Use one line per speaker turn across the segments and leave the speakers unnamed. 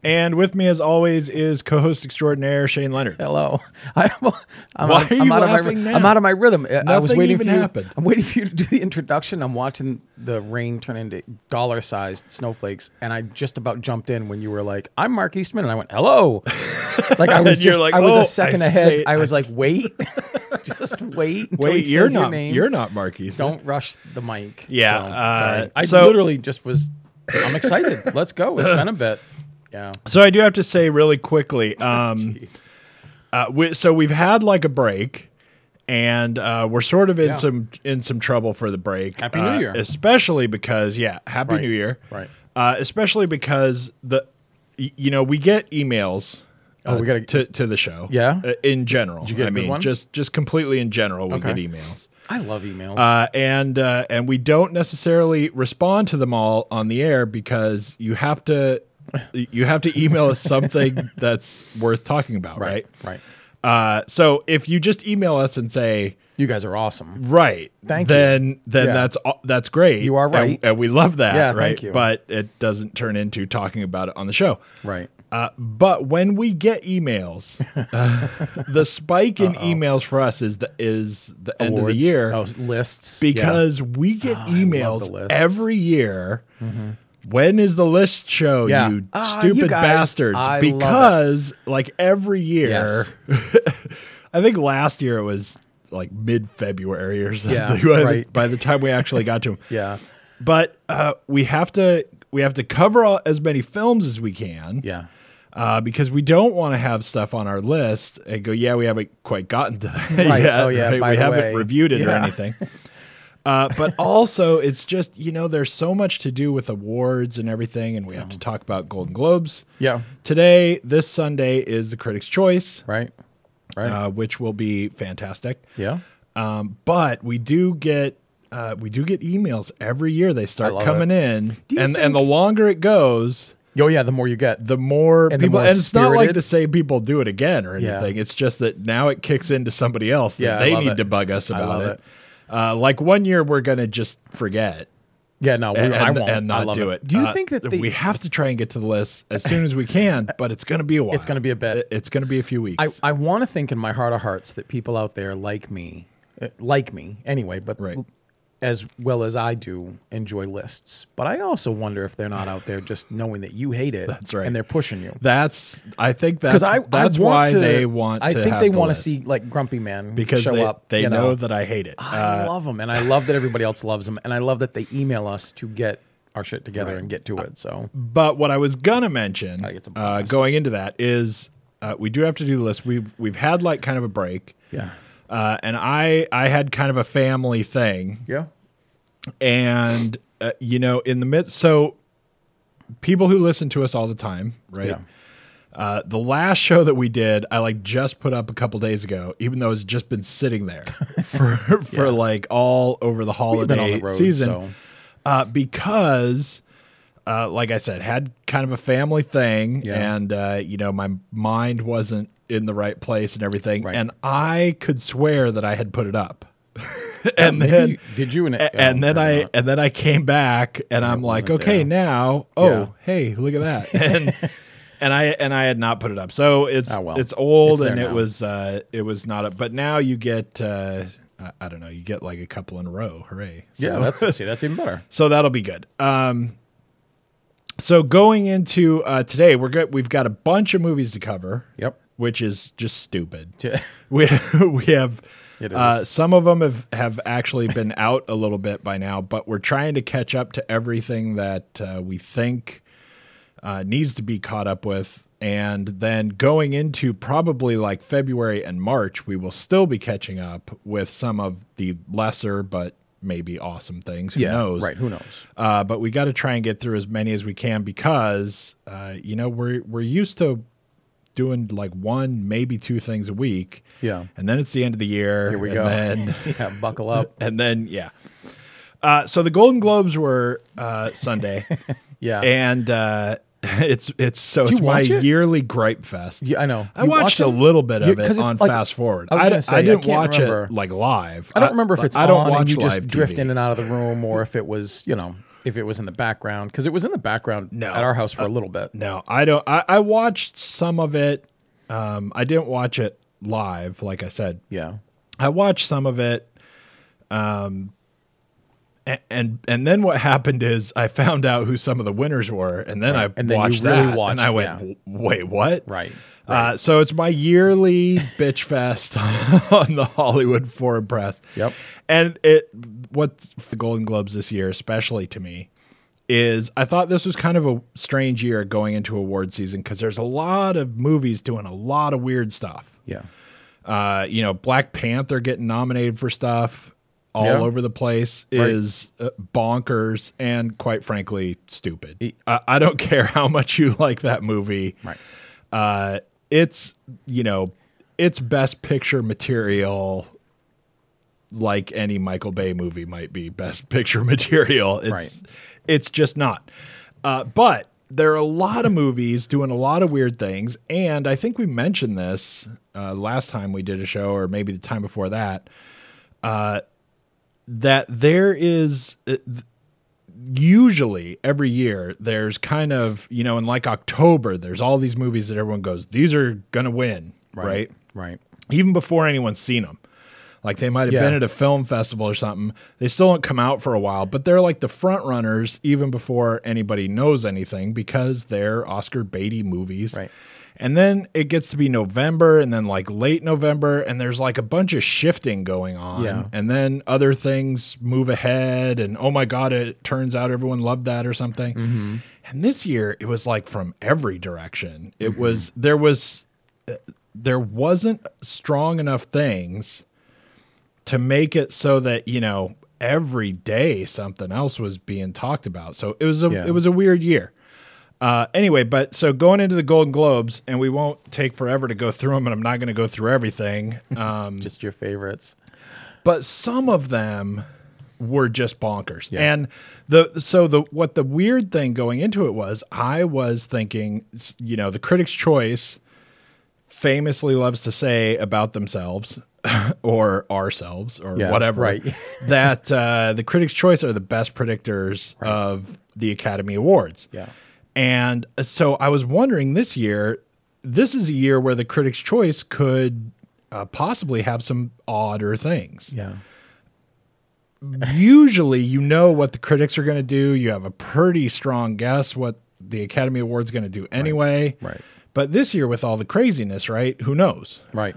And with me, as always, is co host extraordinaire Shane Leonard.
Hello. I, am I'm,
Why
out-
are you
I'm out of
laughing
my,
now?
I'm out of my rhythm. I- I was
Nothing
waiting
even
for you.
happened.
I'm waiting for you to do the introduction. I'm watching the rain turn into dollar-sized snowflakes, and I just about jumped in when you were like, "I'm Mark Eastman," and I went, "Hello." Like I was
And you're
just,
like,
I was
"Oh, I
a second
say
ahead.
it.
I was
I
like, "Wait, just wait." until
Wait,
he
you're
says your
not
name.
you're not Mark Eastman.
Don't rush the mic.
Yeah,
So,
uh,
sorry. I
so-
literally just was. I'm excited. Let's go. It's been a bit. Yeah.
So I do have to say really quickly. Um,
Jeez.
uh, we, so we've had like a break, and uh, we're sort of in
Yeah.
some in some trouble for the break.
Happy New
uh,
Year.
especially because yeah, Happy
Right,
New Year.
right.
Uh, especially because the y- you know we get emails. uh,
Oh, we gotta-
to to the show.
Yeah?
uh, in general.
get a
I
good
mean,
one?
just just completely in general, we
Okay.
get emails.
I love emails.
Uh, and uh, and we don't necessarily respond to them all on the air because you have to you have to email us something that's worth talking about, right?
Right.
Uh, so if you just email us and say
You guys are awesome.
right,
Thank you.
then then
Yeah.
that's au- that's great.
You are
and-
right.
and, we love that.
Yeah, thank
right.
you.
But it doesn't turn into talking about it on the show.
Right.
Uh, but when we get emails, uh, the spike in emails for us is the is the end of the
Awards.
year
Oh, lists. Yeah. Ah,
because we get
the
emails
lists.
every year. When is the list show,
Yeah.
you
Ah, you
stupid
guys,
bastards?
I love it.
because like every year,
Yes.
I think last year it was like mid February or something.
Yeah,
by, the-
right.
by the time we actually got to them,
Yeah.
But uh, we have to we have to cover all, as many films as we can.
Yeah.
Uh, because we don't want to have stuff on our list and go, yeah, we haven't quite gotten to that
Right.
yet.
Oh, yeah, by
We
the
haven't
way.
reviewed it or
Yeah.
anything. Uh, but also, it's just, you know, there's so much to do with awards and everything, and we have to talk about Golden Globes.
Yeah.
Today, this Sunday, is the Critics' Choice,
Right. Right.
uh, which will be fantastic.
yeah.
Um, but we do get. Uh, we do get emails every year. They start
love
coming
it.
in,
you
and
think-
and the longer it goes,
Yo, oh, yeah. The more you get.
the more
And the
people
more
and it's not like
spirited-
to say people do it again or
Yeah.
anything it's just that now it kicks into somebody else that
Yeah, I
they
love
need
it.
to bug us
I
about
love
it,
it.
Uh, like one year we're gonna just forget
yeah. No, we,
and,
I won't.
and
I
not
love
do it,
Do you
Uh,
think that
we
the,
have to try and get to the list as soon as we can but it's gonna be a while
It's gonna be a bit.
It- it's gonna be a few weeks
I, I want to think in my heart of hearts that people out there like me, uh, like me anyway, but
Right.
as well as I do, enjoy lists. But I also wonder if they're not out there just knowing that you hate it.
That's right.
And they're pushing you.
that's i think that's
Because I,
that's
I want
why
to,
they want
I
to
think
have
they
the
want to
list,
see like Grumpy Man
because
show
they,
up.
they
you Ah,
know, that i hate it
I love them, and I love that everybody else loves them, and I love that they email us to get our shit together and get to it. So
But what I was gonna mention,
think it's
uh,
a blast.
going into that, is uh, we do have to do the list. We've we've had like kind of a break,
yeah,
uh, and I I had kind of a family thing,
yeah,
and uh, you know, in the midst, so people who listen to us all the time, right?
Yeah.
Uh, the last show that we did, I like just put up a couple days ago, even though it's just been sitting there for for like all over the holiday
been on the road,
season
so
uh, because, uh, like I said, had kind of a family thing,
Yeah.
and uh, you know my mind wasn't in the right place and everything,
Right.
and I could swear that I had put it up, and
maybe
then
you- did you and oh,
a- and then I and then I came back and I'm like,
wasn't
okay,
there.
now, oh
Yeah.
hey, look at that, and and I and I had not put it up, so it's
Oh, well.
it's old
It's there
and it
now.
was uh, it was not up, but now you get. Uh, I- I don't know. You get like a couple in a row. Hooray! So-
yeah, that's see, that's even better.
so that'll be good. Um, so going into uh, today, we're good. We've got a bunch of movies to cover.
Yep.
Which is just stupid.
Yeah.
We we have
It
uh,
is.
some of them have have actually been out a little bit by now, but we're trying to catch up to everything that uh, we think uh, needs to be caught up with. And then going into probably like February and March, we will still be catching up with some of the lesser but maybe awesome things. Who
Yeah,
knows?
right? Who knows?
Uh, but we got to try and get through as many as we can because uh, you know we're we're used to doing like one, maybe two things a week.
Yeah.
And then it's the end of the year.
Here we
and
go.
Then,
yeah, buckle up.
and then, yeah. Uh, so the Golden Globes were uh, Sunday,
Yeah.
and uh, it's it's so it's
you
my
watch it?
yearly gripe fest.
Yeah, I know.
I
You
watched
watch
a
it?
little bit
You-
of it
'cause it's
on
like-
fast forward.
I was
I,
gonna say, I
didn't
can't
watch
remember.
it like live.
I don't remember if it's
I don't
on
watch
and you just
live
drift
TV.
in and out of the room or if it was, you know, if it was in the background because it was in the background
No. Uh,
at our house for a little bit.
No, I don't. I, I watched some of it. Um, I didn't watch it live, like I said.
Yeah.
I watched some of it. Um, and, and and then what happened is I found out who some of the winners were, and then I
And then you
watched
really
that,
watched,
and I went,
yeah.
"W- "Wait, what?"
Right,
Uh, so it's my yearly bitch fest on the Hollywood Foreign Press.
Yep.
And it what's the Golden Globes this year, especially to me, is I thought this was kind of a strange year going into award season because there's a lot of movies doing a lot of weird stuff.
Yeah.
Uh, you know, Black Panther getting nominated for stuff all
Yeah.
over the place is uh, bonkers and quite frankly stupid. I, I don't care how much you like that movie
Right.
uh, it's you know it's best picture material like any michael bay movie might be best picture material it's it's just not uh, but there are a lot of movies doing a lot of weird things and i think we mentioned this uh, last time we did a show or maybe the time before that uh, that there is uh, th- usually every year there's kind of you know in like october there's all these movies that everyone goes these are gonna win right,
Right.
even before anyone's seen them like they might have
Yeah.
been at a film festival or something they still don't come out for a while but they're like the front runners even before anybody knows anything because they're oscar beatty movies
Right.
and then it gets to be november and then like late november and there's like a bunch of shifting going on
Yeah.
and then other things move ahead and oh my god it turns out everyone loved that or something
Mm-hmm.
and this year it was like from every direction it
Mm-hmm.
was there was uh, there wasn't strong enough things to make it so that you know every day something else was being talked about so it was a
Yeah.
it was a weird year uh, anyway, but so going into the Golden Globes, and we won't take forever to go through them, and I'm not going to go through everything. Um,
Just your favorites.
but some of them were just bonkers.
Yeah.
And the so the what the weird thing going into it was I was thinking s- you know the critics choice famously loves to say about themselves or ourselves or
Yeah,
whatever
right.
that uh, the critics choice are the best predictors of the Academy Awards.
Yeah.
And uh, so I was wondering this year, this is a year where the critics choice could uh, possibly have some odder things
Yeah.
usually you know what the critics are going to do. You have a pretty strong guess what the Academy Award's going to do anyway.
Right.
But this year with all the craziness, right? Who knows?
Right.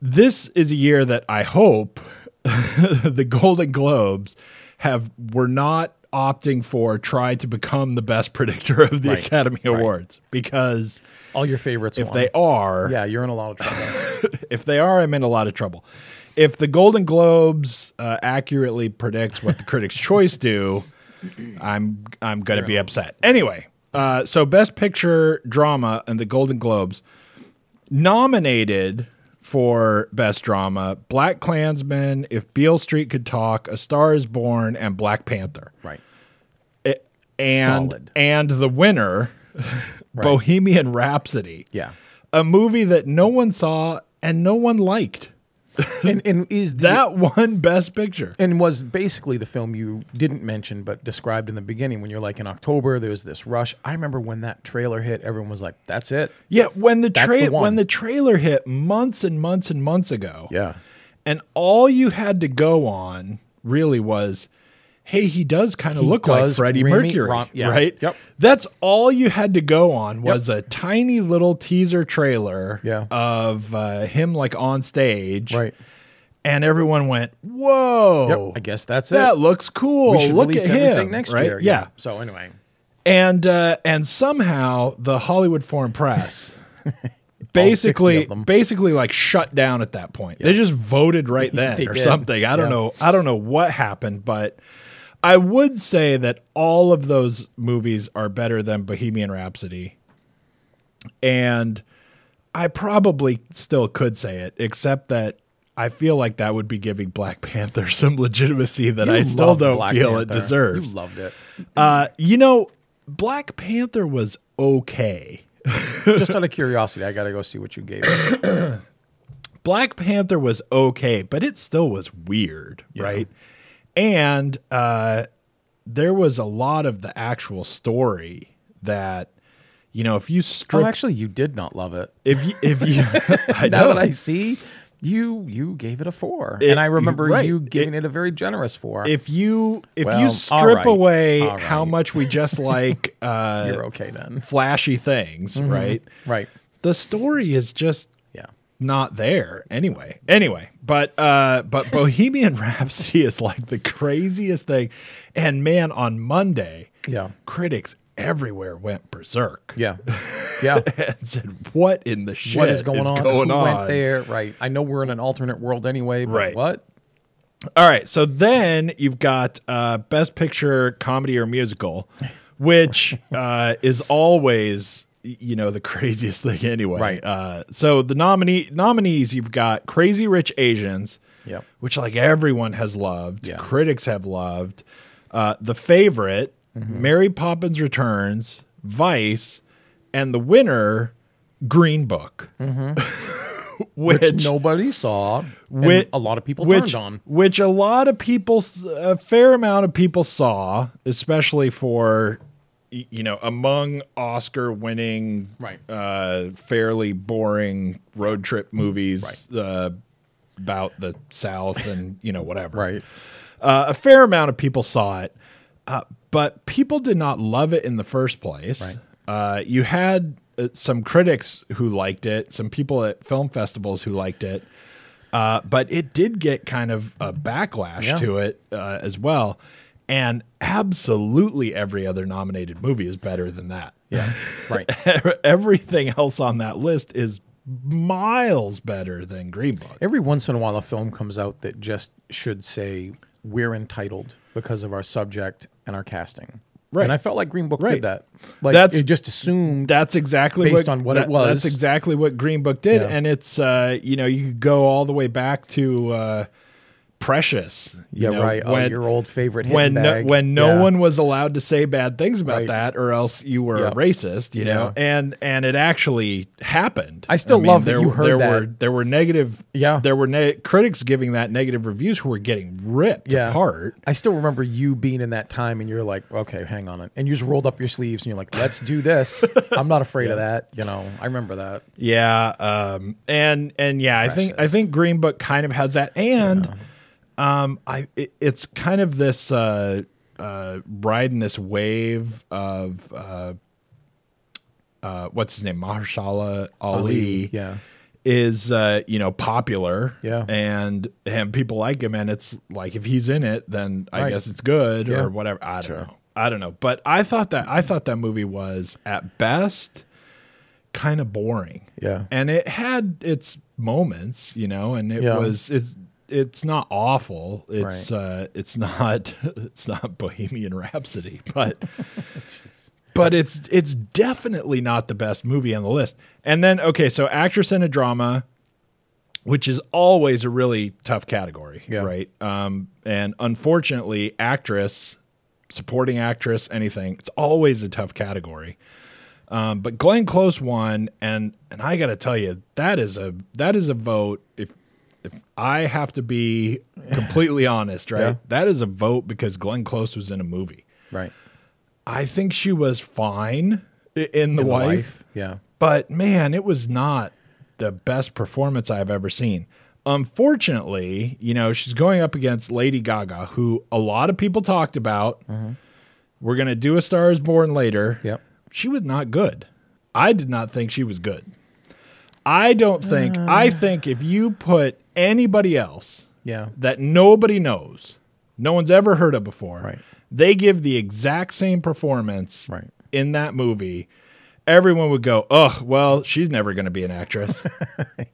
This is a year that I hope the Golden Globes have were not opting for try to become the best predictor of the
Right.
Academy Awards because
All your favorites.
if
won.
they are
Yeah, you're in a lot of trouble.
if they are, I'm in a lot of trouble. If the Golden Globes uh, accurately predicts what the Critics' Choice do, I'm I'm gonna be upset. Anyway, uh, so Best Picture Drama and the Golden Globes nominated for Best Drama: Black Klansman, If Beale Street Could Talk, A Star Is Born, and Black Panther.
right.
It- and
Solid.
and the winner, Bohemian Rhapsody.
Yeah.
a movie that no one saw and no one liked
And and is the,
that one best picture.
and was basically the film you didn't mention but described in the beginning when you're like in October there was this rush. I remember when that trailer hit, everyone was like, "That's it."
Yeah, when the
the
tra-
one.
when the trailer hit months and months and months ago.
Yeah.
And all you had to go on really was hey, he does kind of look like
does
Freddie
Remy-
Mercury,
Ron- yeah.
right?
Yep.
That's all you had to go on was a tiny little teaser trailer
Yeah.
of uh, him like on stage.
Right.
And everyone went, "Whoa.
I guess that's
that
it.
looks cool.
We should
look
release
at him."
everything next
right?
year.
Yeah.
So anyway,
and uh, and somehow the Hollywood Foreign Press basically
60 of them.
basically like shut down at that point. They just voted right then
They
or
did.
something. I don't
Yeah.
know. I don't know what happened, but I would say that all of those movies are better than Bohemian Rhapsody. And I probably still could say it, except that I feel like that would be giving Black Panther some legitimacy that I
You
still
loved
don't
Black
feel it
Panther.
deserves.
You loved it.
uh, you know, Black Panther was okay.
Just out of curiosity, I gotta go see what you gave. it.
Black Panther was okay, but it still was weird, right? And uh, there was a lot of the actual story that, you know, if you strip,
Oh, actually, you did not love it.
if you, if you, I
Now
know,
that I see, you you gave it a four,
It-
and I remember
right.
you giving it, a very generous four.
if you, if you
Well, all
strip
right,
away
all
how
right.
much we just like uh,
You're Mm-hmm. okay then,
flashy things, right?
right?
The story is just
Yeah.
not there anyway anyway but uh but bohemian rhapsody is like the craziest thing and man on monday
Yeah.
critics everywhere went berserk
Yeah. Yeah.
and said what in the shit
what is going on?
going
Who
on?"
went there? Right. I know we're in an alternate world anyway, but
Right.
what?
all right so then you've got uh best picture comedy or musical which uh is always y- you know the craziest thing anyway
Right.
uh so the nominee nominees you've got crazy rich asians
Yep.
which like everyone has loved,
Yeah.
critics have loved. Uh, the favorite,
Mm-hmm.
Mary Poppins Returns, Vice, and the winner, Green Book,
Mm-hmm.
which,
Which nobody saw. Which
which-
a lot of people
which,
turned on.
which a lot of people, s- a fair amount of people saw, especially for y- you know among Oscar winning,
Right.
uh, fairly boring road trip movies. Uh, about the South and you know whatever,
Right.
uh, a fair amount of people saw it, uh, but people did not love it in the first place.
Right.
Uh, you had uh, some critics who liked it, some people at film festivals who liked it, uh, but it did get kind of a backlash
Yeah.
to it uh, as well. And absolutely every other nominated movie is better than that.
Yeah. Right.
Everything else on that list is miles better than Green Book.
Every once in a while, a film comes out that just should say we're entitled because of our subject and our casting.
Right.
And I felt like Green Book
Right.
did that. Like
That's-
it just assumed.
That's exactly
Based
what,
on what it was.
That's exactly what Green Book did,
Yeah.
and it's uh, you know you could go all the way back to uh, Precious. you
yeah.
know,
right. oh,
When
your old favorite.
when
hidden
no,
bag.
when no
Yeah.
one was allowed to say bad things about
Right.
that, or else you were
Yep.
a racist. You know,
Yeah.
and and it actually happened.
I still love that
there,
you heard
there
that.
Were, there were negative.
Yeah.
there were ne- critics giving that negative reviews who were getting ripped
Yeah.
apart.
I still remember you being in that time and you're like, okay, hang on. And you just rolled up your sleeves and you're like, let's do this. I'm not afraid of that. You know, I remember that.
Yeah, um, and and yeah, I think I
Precious.
think Green Book kind of has that, and um, I it, it's kind of this uh, uh, riding this wave of uh, uh, what's his name, Mahershala Ali,
Yeah.
is uh, you know popular,
Yeah.
and and people like him, and it's like if he's in it, then I
Right.
guess it's good
Yeah.
or whatever. I don't know, I don't know, but I thought that I thought that movie was at best kind of boring.
Yeah.
And it had its moments, you know, and it
Yeah.
was it's it's not awful. It's uh it's not it's not Bohemian Rhapsody, but but it's it's definitely not the best movie on the list. And then okay, so actress in a drama which is always a really tough category,
Yeah.
right? Um and unfortunately, actress, supporting actress, anything, it's always a tough category. Um, but Glenn Close won, and and I gotta tell you, that is a that is a vote. If if I have to be completely honest, right,
Yeah.
that is a vote because Glenn Close was in a movie.
Right.
I think she was fine i- in the,
The
wife,
wife. Yeah.
but man, it was not the best performance I've ever seen. Unfortunately, you know, she's going up against Lady Gaga, who a lot of people talked about. We're gonna do a Star Is Born later
Yep.
she was not good. I did not think she was good. I don't think, I think if you put anybody else
Yeah.
that nobody knows, no one's ever heard of before,
Right.
they give the exact same performance
Right.
in that movie, everyone would go, ugh, well, she's never going to be an actress.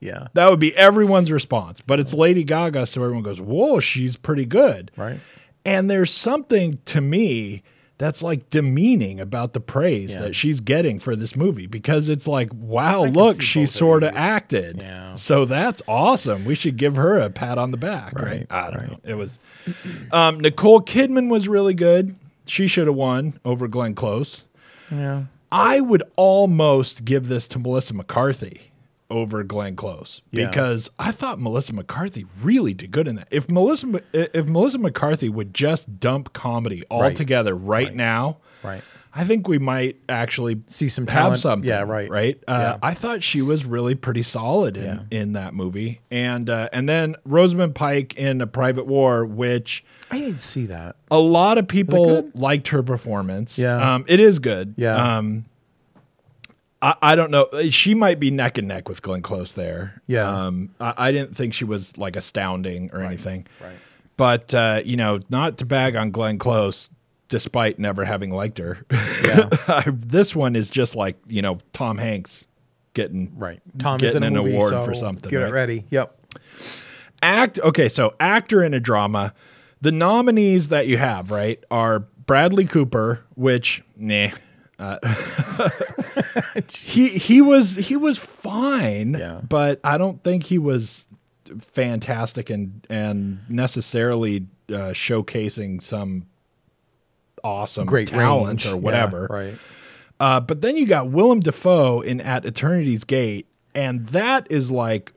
Yeah.
that would be everyone's response. But it's Lady Gaga, so everyone goes, whoa, she's pretty good.
Right.
And there's something to me that's like demeaning about the praise
Yeah.
that she's getting for this movie because it's like, wow,
I can
look,
see
she
both of
sort of
these.
acted.
Yeah.
So that's awesome. We should give her a pat on the back. Right.
Right,
I don't know. It was um, Nicole Kidman was really good. She should have won over Glenn Close.
Yeah.
I would almost give this to Melissa McCarthy over Glenn Close
Yeah.
because I thought Melissa McCarthy really did good in that. If Melissa Ma- if Melissa McCarthy would just dump comedy altogether right, now,
Right.
I think we might actually
See some
have
talent.
something.
Yeah, right.
Right. Uh,
Yeah.
I thought she was really pretty solid in,
Yeah.
in that movie, and uh, and then Rosamund Pike in A Private War, which
I didn't see that.
a lot of people
good?
liked her performance.
Yeah.
Um, it is good.
Yeah.
Um, I, I don't know. She might be neck and neck with Glenn Close there.
Yeah.
Um, I, I didn't think she was like astounding or anything.
right.
But, uh, you know, not to bag on Glenn Close despite never having liked her.
Yeah.
I- this one is just like, you know, Tom Hanks getting
Right. Tom is
getting
in a
an
movie,
award
so
for something.
Get
right?
it ready. Yep.
act okay so actor in a drama the nominees that you have right are bradley cooper which nah uh, he he was he was fine
Yeah.
but i don't think he was fantastic and and necessarily uh, showcasing some awesome
Great
talent
range.
or
Yeah,
whatever
right.
uh, but then you got Willem Dafoe in At Eternity's Gate, and that is like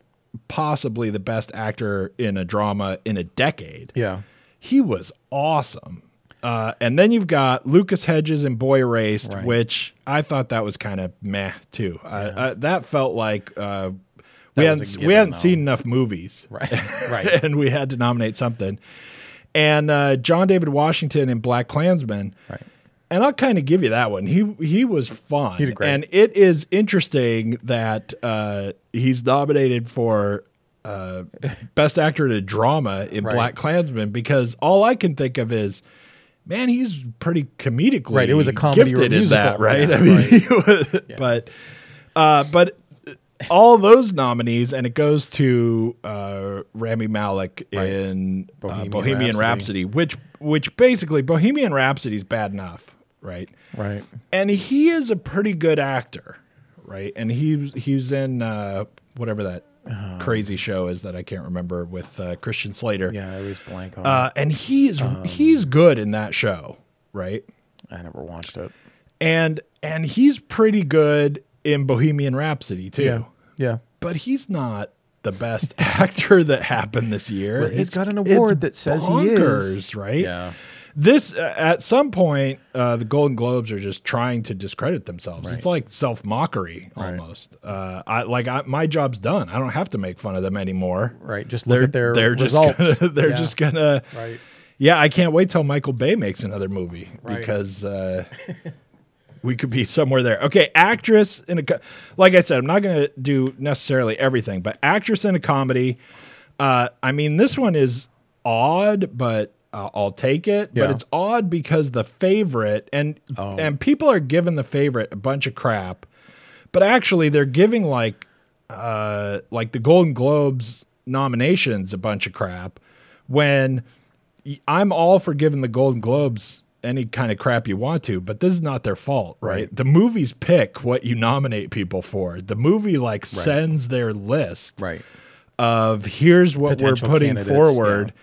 possibly the best actor in a drama in a decade.
Yeah.
He was awesome. Uh, and then you've got Lucas Hedges in Boy Erased,
Right.
which I thought that was kind of meh too. I, I, that felt like uh, we
That was
hadn't
a
we
given,
hadn't
though.
seen enough movies,
Right. Right.
and we had to nominate something. And uh, John David Washington in Black Klansman.
Right.
And I'll kind of give you that one. He he was fun.
He did great.
And it is interesting that uh, he's nominated for uh, best actor in a drama in
Right.
Black Klansman because all I can think of is, man, he's pretty comedically
Right, it was a comedy or
gifted in
musical.
that, right?
Yeah,
I mean, he was- but uh, but all those nominees, and it goes to uh, Rami Malik in uh, Bohemian,
Bohemian
Rhapsody.
Rhapsody,
which which basically Bohemian Rhapsody is bad enough, right?
Right.
And he is a pretty good actor, right? And he he's in uh, whatever that crazy show is that I can't remember with uh, Christian Slater.
Yeah. I was blank on. it.
Uh, and he is he's good in that show, right?
I never watched it.
And and he's pretty good in Bohemian Rhapsody too
Yeah. Yeah.
but he's not the best actor that happened this year.
Well, he's
It's-
got an
it's
award that says he is.
bonkers, right?
Yeah.
This uh, at some point, uh, the Golden Globes are just trying to discredit themselves. It's like self mockery almost. Uh, I like I, my job's done. I don't have to make fun of them anymore.
Right. Just look at their
they're
results.
just gonna, they're
Yeah.
just gonna
Right.
yeah. I can't wait till Michael Bay makes another movie
Right.
because. Uh, we could be somewhere there. Okay, actress in a co- like I said, I'm not going to do necessarily everything, but actress in a comedy. Uh, I mean, this one is odd, but uh, I'll take it. But
Yeah.
it's odd because the favorite and
Oh.
and people are giving the favorite a bunch of crap, but actually they're giving like uh, like the Golden Globes nominations a bunch of crap when y- I'm all for giving the Golden Globes any kind of crap you want to, but this is not their fault, right? The movies pick what you nominate people for. The movie like sends their list
Right.
of here's what
Potential
we're putting
candidates,
forward.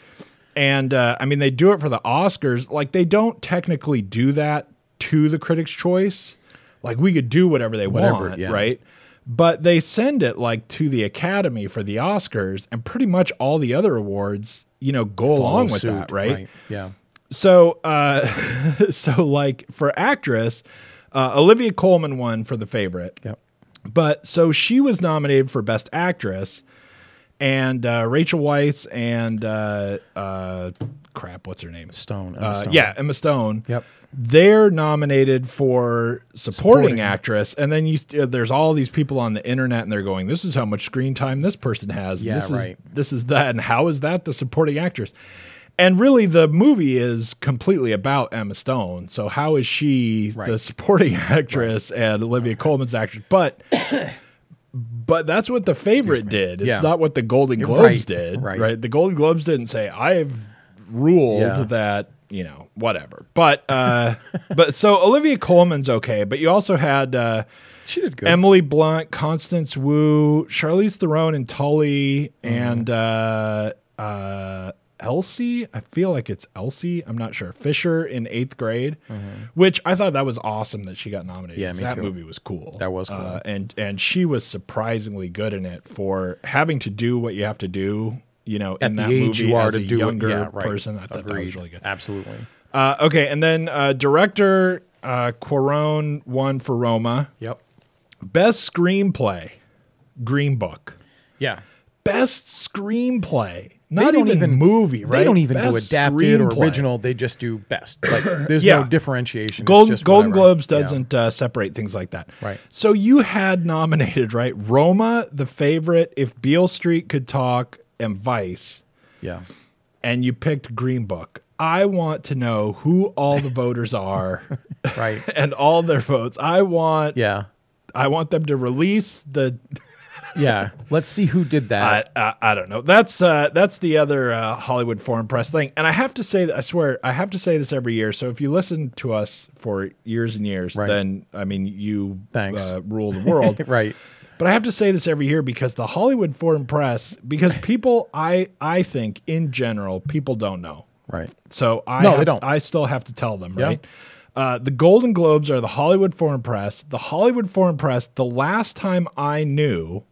And uh, I mean, they do it for the Oscars. Like they don't technically do that to the Critics' Choice. Like we could do whatever they
Whatever,
want,
yeah.
right? But they send it like to the Academy for the Oscars, and pretty much all the other awards, you know, go along
Follow
with that,
suit,
right?
Yeah.
So, uh, so like for actress, uh, Olivia Colman won for the favorite.
Yep.
But so she was nominated for Best Actress, and uh, Rachel Weisz and uh, uh, crap, what's her name?
Stone. Emma
Uh,
Stone.
Yeah, Emma Stone.
Yep.
They're nominated for supporting,
Supporting.
actress, and then you st- uh, there's all these people on the internet, and they're going, "This is how much screen time this person has. and
Yeah,
this
right.
Is, this is that, and how is that the supporting actress?" And really, the movie is completely about Emma Stone. So how is she the
Right.
supporting actress and Olivia Colman's actress? But but that's what the favorite did. It's
Yeah.
not what the Golden Globes
right,
did. Right.
right.
The Golden Globes didn't say I've ruled
Yeah.
that you know, whatever. But uh, but so Olivia Coleman's okay, but you also had uh,
She did good.
Emily Blunt, Constance Wu, Charlize Theron, and Tully,
Mm-hmm.
and uh, uh, Elsie. I feel like it's Elsie. I'm not sure. Fisher in eighth grade, which I thought that was awesome that she got nominated.
Mm-hmm. Yeah,
'cause
me
that
too.
movie was cool.
That was cool.
Uh, and and she was surprisingly good in it for having to do what you have to do. You know, in
the
that
age
movie
you are
as
to
a
do it.
younger
Yeah, right.
person, I thought that was
Agreed.
really good.
Absolutely.
Uh, okay, and then uh, director uh, Quarone won for Roma.
Yep.
Best screenplay, Green Book.
Yeah.
Best screenplay, not
don't
even,
even-
movie, right?
They don't even do
Best
adapted or
screenplay.
original. They just do best. Like there's
Yeah.
no differentiation. It's
Gold,
just
Golden
whatever.
Globes
Yeah.
doesn't uh, separate things like that.
Right.
So you had nominated, right? Roma, The Favorite, If Beale Street Could Talk, and Vice,
Yeah.
and you picked Green Book. I want to know who all the voters are
Right.
and all their votes. I want
Yeah.
I want them to release the
Yeah. Let's see who did that.
I, I, I don't know. That's uh, that's the other uh, Hollywood Foreign Press thing. And I have to say, that I swear, I have to say this every year. So if you listen to us for years and years,
Right.
then I mean, you
Thanks.
Uh, rule the world,
right.
But I have to say this every year because the Hollywood Foreign Press, because people, I I think in general, people don't know.
Right.
So I
No,
have-
they don't.
I still have to tell them,
Yeah.
right? Uh, the Golden Globes are the Hollywood Foreign Press. The Hollywood Foreign Press. The last time I knew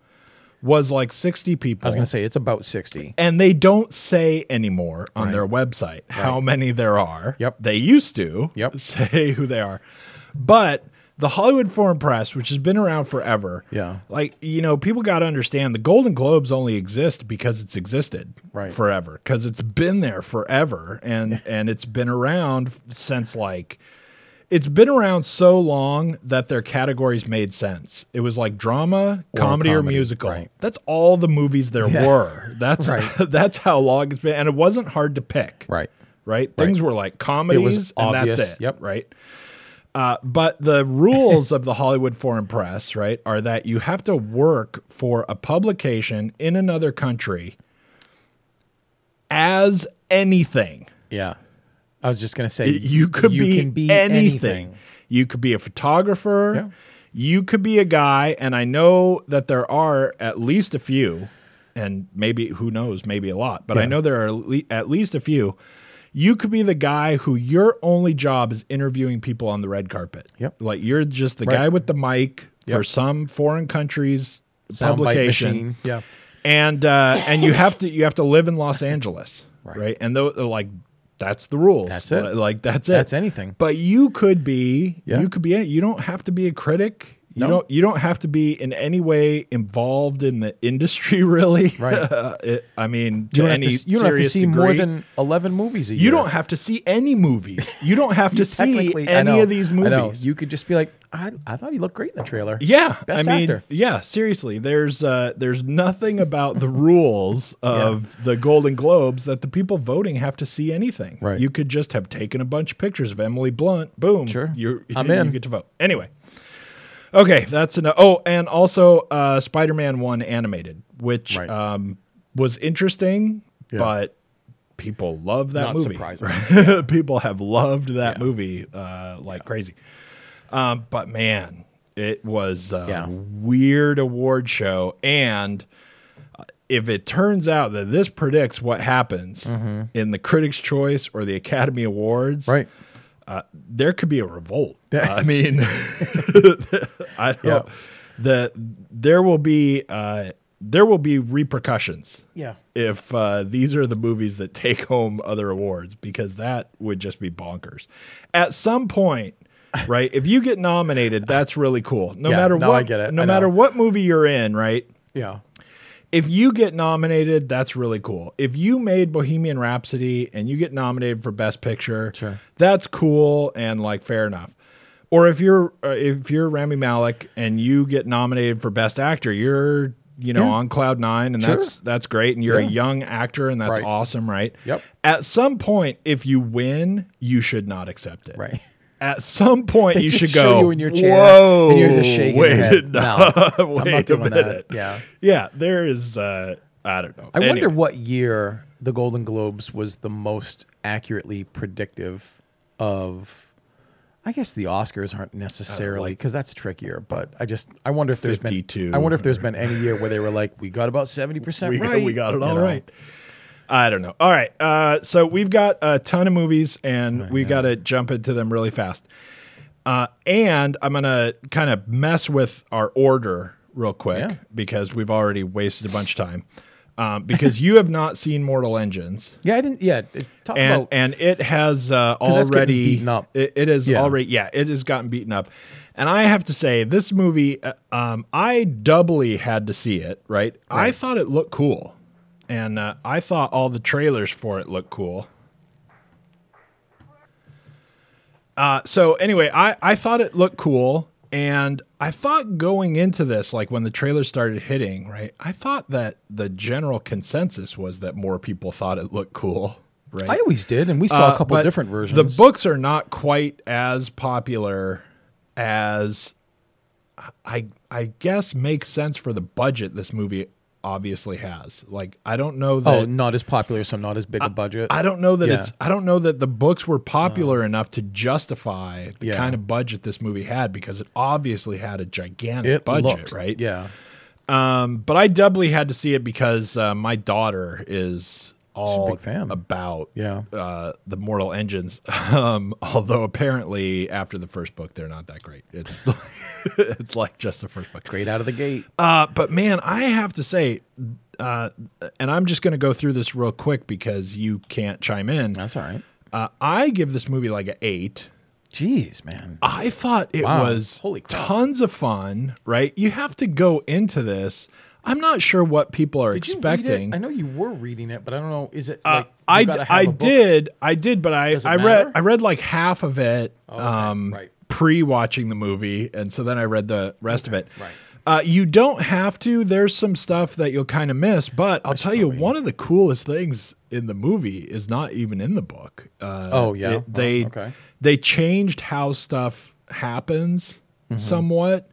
was like sixty people
I was gonna say it's about sixty.
and they don't say anymore on their website how many there are.
Yep.
They used to
Yep.
say who they are. But the Hollywood Foreign Press, which has been around forever,
Yeah.
like, you know, people got to understand the Golden Globes only exist because it's existed
Right.
forever, because it's been there forever and, and it's been around f- since like. It's been around so long that their categories made sense. It was like drama, comedy, or
comedy,
musical.
right.
That's all the movies there were. That's
Right.
that's how long it's been, and it wasn't hard to pick.
Right.
right. Things were like comedies, and
obvious.
that's it.
Yep.
right. Uh, but the rules of the Hollywood Foreign Press, right, are that you have to work for a publication in another country as anything.
Yeah. I was just gonna say
You could be,
can
anything. You could be a photographer.
Yeah.
You could be a guy, and I know that there are at least a few, and maybe who knows, maybe a lot, but I
Yeah.
know there are at le- at least a few. You could be the guy who your only job is interviewing people on the red carpet.
Yep.
Like you're just the
Right.
guy with the mic for
Yep.
some foreign country's
Soundbite
publication
machine. Yeah.
and uh, and you have to you have to live in Los Angeles, right?
Right.
And though like that's the rules.
That's it.
Li- Like that's it.
That's anything.
But you could be
Yeah.
you could be any- you don't have to be a critic. You
No.
don't you don't have to be in any way involved in the industry really.
Right.
Uh, it- I mean, to
You don't, have
any
to, s- you don't have to
serious
see more
degree.
than eleven movies a year.
you don't have to see any movies. You don't have to see
technically I
any
know,
of these
I
movies.
know. You could just be like, I, I thought he looked great in the trailer.
Yeah,
Best
I mean,
actor.
yeah, seriously, there's uh, there's nothing about the rules of the Golden Globes that the people voting have to see anything.
Right.
You could just have taken a bunch of pictures of Emily Blunt. Boom.
Sure.
You're,
I'm
you
in.
get to vote anyway. Okay, that's enough. Oh, and also uh, Spider-Man One animated, which
Right.
um, was interesting,
Yeah.
but people love that
Not
movie.
surprising.
people have loved that movie uh, like crazy. Um, but man, it was a
Yeah.
weird award show. And uh, if it turns out that this predicts what happens in the Critics' Choice or the Academy Awards,
Mm-hmm. Right.
there could be a revolt.
Yeah.
I mean, I don't.
Yeah.
The there will be uh, there will be repercussions
Yeah.
if uh, these are the movies that take home other awards because that would just be bonkers. At some point, right? If you get nominated, that's really cool. No
Yeah,
matter
no,
what,
I get it.
no
I know.
matter what movie you're in, right?
Yeah.
If you get nominated, that's really cool. If you made Bohemian Rhapsody and you get nominated for Best Picture,
Sure.
that's cool and like fair enough. Or if you're uh, if you're Rami Malek and you get nominated for Best Actor, you're you know
Yeah.
on cloud nine and
Sure.
that's that's great and you're a
Yeah.
young actor and that's
Right.
awesome, right?
Yep.
At some point, if you win, you should not accept it.
Right.
At some point, you
just
should
show
go.
you in your chair,
Whoa,
and you're just shaking your
wait,
head.
No,
I'm
wait a
not doing
minute.
that. Yeah.
Yeah, there is. Uh, I don't know.
I wonder
Anyway,
what year the Golden Globes was the most accurately predictive of. I guess the Oscars aren't
Uh,
necessarily because that's trickier, but I just I wonder if there's
52
been I wonder if there's been any year where they were like we got about seventy percent
we,
right
we got it
you
all right.
know?
I don't know. All right. Uh, so we've got a ton of movies and we got to jump into them really fast. Uh, and I'm going to kind of mess with our order real quick
Yeah.
because we've already wasted a bunch of time. Um, because you have not seen Mortal Engines,
Yeah, I didn't. Yeah, it- talk
and
about
and it has uh,
that's getting
already
beaten up.
It, it is
Yeah.
already yeah, it has gotten beaten up, and I have to say this movie, uh, um, I doubly had to see it. Right, I thought it looked cool, and uh, I thought all the trailers for it looked cool. Uh, so anyway, I, I thought it looked cool, and I thought going into this, like when the trailer started hitting, right, I thought that the general consensus was that more people thought it looked cool, right?
I always did, and we saw
Uh,
a couple
but
of different versions.
The books are not quite as popular as I I guess makes sense for the budget this movie obviously has. Like I don't know that
oh, not as popular, so not as big a budget.
I don't know that
Yeah. Uh.
it's I don't know that the books were popular enough to justify the
Yeah.
kind of budget this movie had because it obviously had a gigantic
it
budget,
looked
right?
Yeah,
But I doubly had to see it because uh, my daughter is all
big fan.
about
Yeah.
uh, the Mortal Engines. Um, although apparently after the first book, they're not that great. It's it's like just the first book.
great out of the gate.
Uh, but man, I have to say, uh, and I'm just going to go through this real quick because you can't chime in.
That's all right.
Uh, I give this movie like an eight.
Jeez, man.
I thought it
Wow.
was
Holy crap.
tons of fun, right? You have to go into this. I'm not sure what people are
Did you read it?
expecting.
I know you were reading it, but I don't know. Is it?
Uh,
Like, you
I,
gotta
d-
have
I
a book?
did I did but I
it
I read
matter? Oh,
I read like half of it um
right.
pre watching the movie and so then I read the rest of it.
right.
Uh, you don't have to. There's some stuff that you'll kind of miss, but I'll tell you one of the coolest things in the movie is not even in the book. Uh,
Oh, yeah?
it- they
Oh, okay.
they changed how stuff happens
Mm-hmm.
somewhat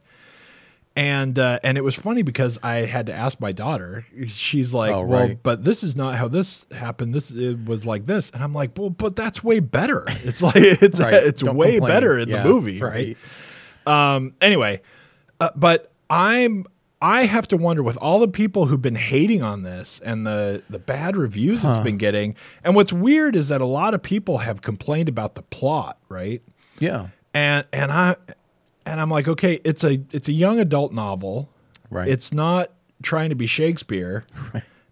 and uh, and it was funny because I had to ask my daughter. She's like,
Oh,
"Well,
right.
but this is not how this happened. This it was like this," and I'm like, "Well, but that's way better. It's like it's
Right.
it's
Don't
way
complain.
better in
Yeah,
the movie, right?"
right.
Um. Anyway, uh, but I'm I have to wonder with all the people who've been hating on this and the the bad reviews it's been getting, and what's weird is that a lot of people have complained about the plot, right?
Yeah.
and and I and I'm like, okay, it's a it's a young adult novel.
Right.
It's not trying to be Shakespeare.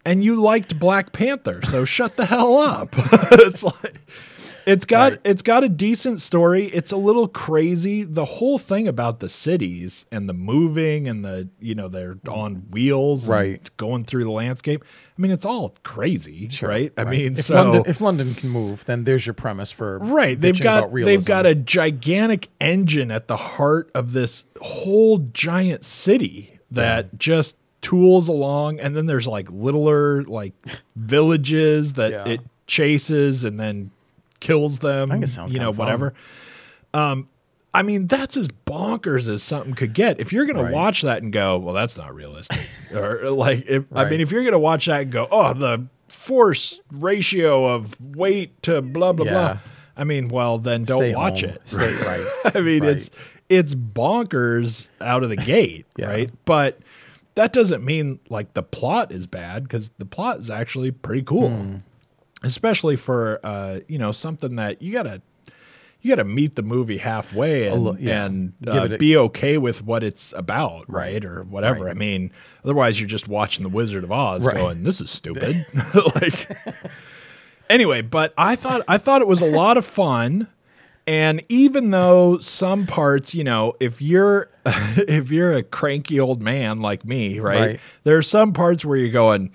And you liked Black Panther, so shut the hell up. it's like it's got
Right.
it's got a decent story. It's a little crazy. The whole thing about the cities and the moving and the you know they're on wheels, and
Right.
Going through the landscape. I mean, it's all crazy, right? I mean,
if
so
London, if London can move, then there's your premise for
Right. They've
bitching
got
about realism.
they've got a gigantic engine at the heart of this whole giant city that just tools along and then there's like littler like villages that
Yeah.
it chases and then kills them. I
think it sounds
you know,
kinda fun.
whatever. Um I mean, that's as bonkers as something could get. If you're gonna
Right.
watch that and go, well, that's not realistic. or like if I mean
Right.
if you're gonna watch that and go, oh, the force ratio of weight to blah blah
Yeah.
blah. I mean, well, then don't
Stay
watch
home.
it.
Stay right.
I mean,
Right.
it's it's bonkers out of the gate,
Yeah.
right? But that doesn't mean like the plot is bad because the plot is actually pretty cool,
Hmm.
especially for uh, you know something that you gotta you gotta meet the movie halfway and,
lo- yeah.
and
Give
uh,
it a-
be okay with what it's about, right, or whatever. I mean, otherwise you're just watching The Wizard of Oz,
Right.
going, "This is stupid." like anyway, but I thought I thought it was a lot of fun. And even though some parts, you know, if you're if you're a cranky old man like me, right,
Right.
There are some parts where you're going,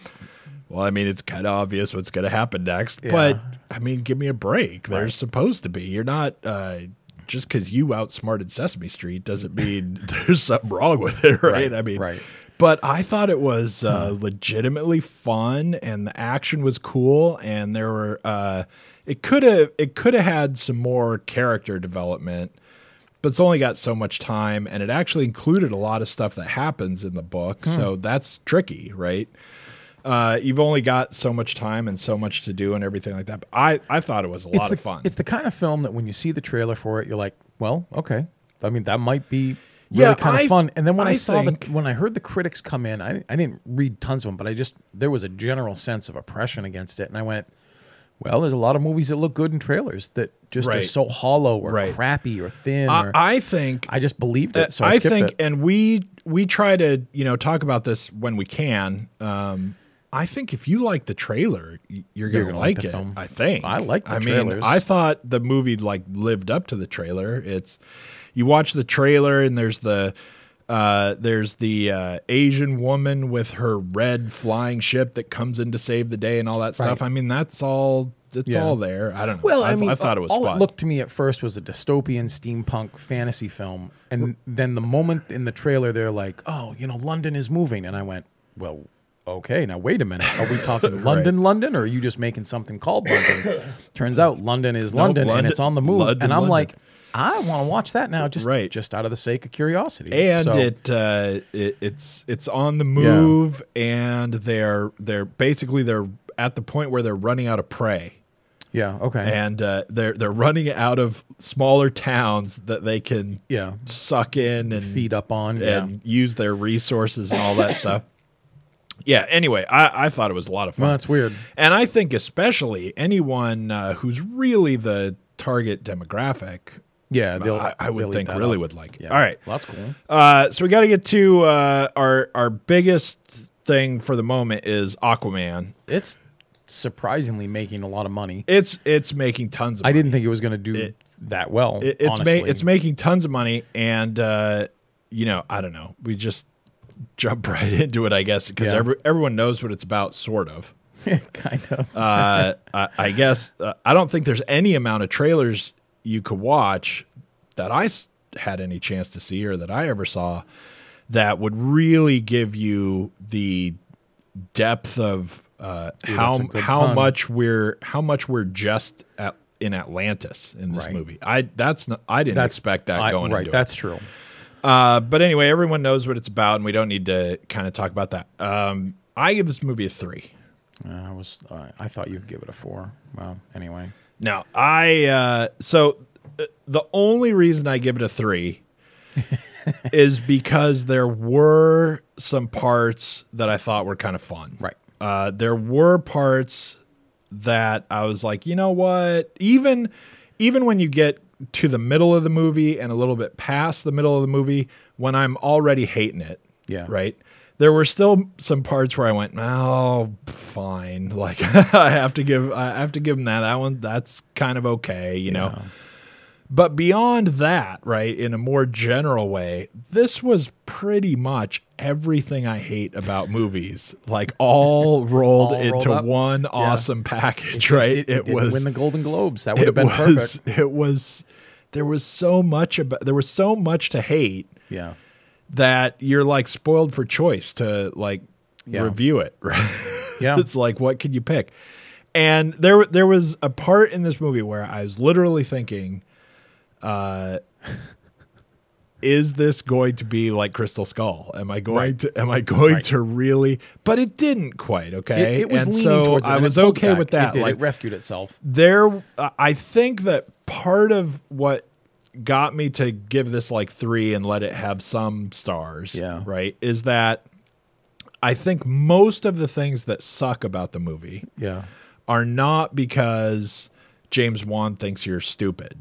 well, I mean, it's kind of obvious what's going to happen next, but I mean, give me a break. There's supposed to be. You're not uh, just because you outsmarted Sesame Street doesn't mean there's something wrong with it, right?
Right,
I mean,
right.
But I thought it was uh, legitimately fun, and the action was cool, and there were uh, it could have it could have had some more character development but it's only got so much time and it
Hmm.
actually included a lot of stuff that happens in the book so that's tricky right Uh, you've only got so much time and so much to do and everything like that. But I, I thought it was a lot
it's the,
of fun.
It's the kind of film that when you see the trailer for it, you're like, well, okay. I mean, that might be really
Yeah,
kind
I-
of fun. And then when I,
I
saw the
think-
when I heard the critics come in, I, I didn't read tons of them, but I just there was a general sense of oppression against it, and I went, well, there's a lot of movies that look good in trailers that just are
Right.
so hollow or
Right.
crappy or thin.
I,
or, I,
I think
just believed it, so I,
Uh, I
skipped
think,
it.
and we we try to you know talk about this when we can. Um, I think if you like the trailer, y- you're gonna,
gonna like
like,
the
it.
film.
I think
I like the
I mean,
trailers.
I thought the movie like lived up to the trailer. It's you watch the trailer and there's the uh, there's the uh, Asian woman with her red flying ship that comes in to save the day and all that stuff. I mean, that's all. It's
Yeah.
all there. I don't know.
Well,
I,
I,
th-
mean,
I thought it was
all
fun.
it looked to me at first was a dystopian steampunk fantasy film, and then the moment in the trailer they're like, "Oh, you know, London is moving," and I went, "Well, okay, now wait a minute. Are we talking London, London, or are you just making something called London?" Turns out London is London, and
London-
it's on the move,
London,
and I'm
London.
like, I want to watch that now, just
Right.
just out of the sake of curiosity.
and
So,
it, uh, it it's it's on the move and they're they're basically they're at the point where they're running out of prey
yeah, okay,
and uh, they're they're running out of smaller towns that they can
yeah,
suck in and
feed up on, yeah.
and use their resources and all that stuff yeah anyway I, I thought it was a lot of fun
Well, that's weird.
and I think especially anyone uh, who's really the target demographic
Yeah, they'll,
I, I
they'll
would
eat
think
that
really
up.
would like it
Yeah.
all right
Well, that's cool.
uh, so we got to get to uh, our our biggest thing for the moment is Aquaman.
It's surprisingly making a lot of money.
It's it's making tons of.
I
money.
didn't think it was going to do that well.
It- it's ma-
honestly.
it's making tons of money, and uh, you know I don't know. We just jump right into it, I guess, because
Yeah.
every, everyone knows what it's about, sort of.
kind of.
Uh, I, I guess uh, I don't think there's any amount of trailers you could watch that I s- had any chance to see or that I ever saw that would really give you the depth of uh, how
that's a good
how
pun.
much we're how much we're just at, in Atlantis in this
Right.
movie. I that's not, I didn't expect that
I-
going
right.
into it.
that's true.
Uh, but anyway, everyone knows what it's about, and we don't need to kind of talk about that. Um, I give this movie a three.
Uh, I was. Uh, I thought you'd give it a four. Well, anyway.
No, I uh, so uh, the only reason I give it a three is because there were some parts that I thought were kind of fun.
Right.
Uh, there were parts that I was like, you know what? Even even when you get to the middle of the movie and a little bit past the middle of the movie, when I'm already hating it,
Yeah.
right. There were still some parts where I went, oh, fine. Like I have to give, I have to give them that. That one, that's kind of okay, you know. But beyond that, right, in a more general way, this was pretty much everything I hate about movies, like all rolled
All rolled
into
up.
one awesome package,
Just
right?
did-
it
didn't
was
win the Golden Globes. That would
it
have been
was
perfect.
it was there was so much about there was so much to hate
Yeah.
that you're like spoiled for choice to like
Yeah.
review it, right?
Yeah.
it's like what could you pick? And there there was a part in this movie where I was literally thinking uh is this going to be like Crystal Skull? Am I going to am I going to really but it didn't quite, okay?
It, it was
and
leaning
so
towards it.
I
and it
was
pulled
okay
back.
with that.
It, did.
like
it rescued itself.
there uh, i think that part of what got me to give this like three and let it have some stars
Yeah.
right is that i think most of the things that suck about the movie
Yeah.
are not because james wan thinks you're stupid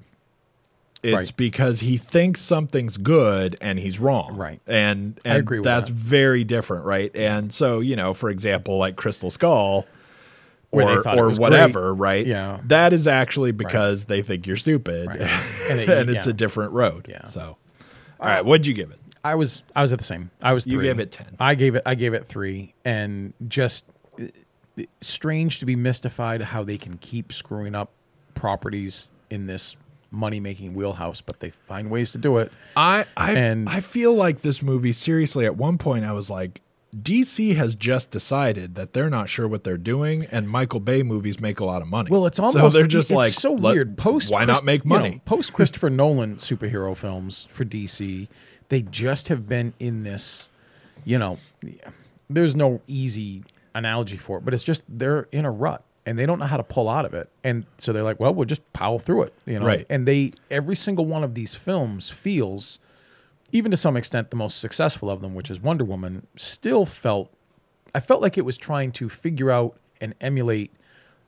it's
Right.
because he thinks something's good and he's wrong
Right.
and and
agree with
that's
that.
very different right and so you know for example like crystal skull
Where they
or,
thought it
or
was
whatever, right?
Yeah.
That is actually because they think you're stupid
Right.
and,
And it-
it's a
yeah.
different road.
Yeah. Uh,
So, all right, what'd you give it?
I was I was at the same. I was
You
three.
gave it 10.
I gave it I gave it three, and just uh, strange to be mystified how they can keep screwing up properties in this money making wheelhouse, but they find ways to do it.
I I,
And-
I feel like this movie, seriously, at one point I was like, DC has just decided that they're not sure what they're doing, and Michael Bay movies make a lot of money.
Well, it's almost
so they're just
it's
like
so
let-
weird. Post
why
Christ-
not make
you know,
money?
post Christopher Nolan superhero films for DC, they just have been in this. You know, there's no easy analogy for it, but it's just they're in a rut and they don't know how to pull out of it. And so they're like, well, we'll just power through it, you know.
Right.
And they every single one of these films feels even to some extent the most successful of them, which is Wonder Woman, still felt I felt like it was trying to figure out and emulate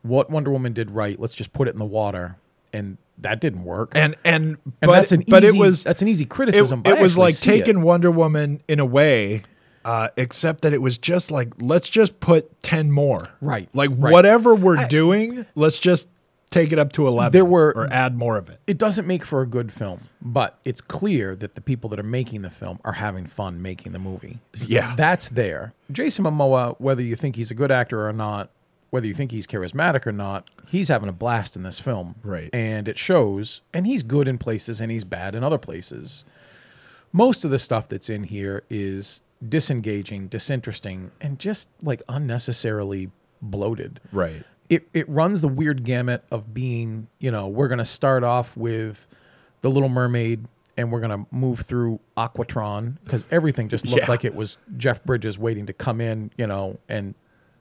what Wonder Woman did right. Let's just put it in the water. And that didn't work.
and and,
And
but
that's an
but
easy,
it was
that's an easy
it,
criticism. but
it
I
was
actually
like
see it.
taking Wonder Woman in a way, uh, except that it was just like let's just put ten more,
Right,
Like
right.
whatever we're doing, let's just take it up to eleven.
There were-
or add more of it.
it doesn't make for a good film, but it's clear that the people that are making the film are having fun making the movie.
Yeah.
That's there. Jason Momoa, whether you think he's a good actor or not, whether you think he's charismatic or not, he's having a blast in this film.
Right.
And it shows, and he's good in places and he's bad in other places. Most of the stuff that's in here is disengaging, disinteresting, and just like unnecessarily bloated
Right.
it it runs the weird gamut of being, you know, we're gonna start off with the Little Mermaid and we're gonna move through Aquatron because everything just looked
Yeah.
like it was Jeff Bridges waiting to come in, you know, and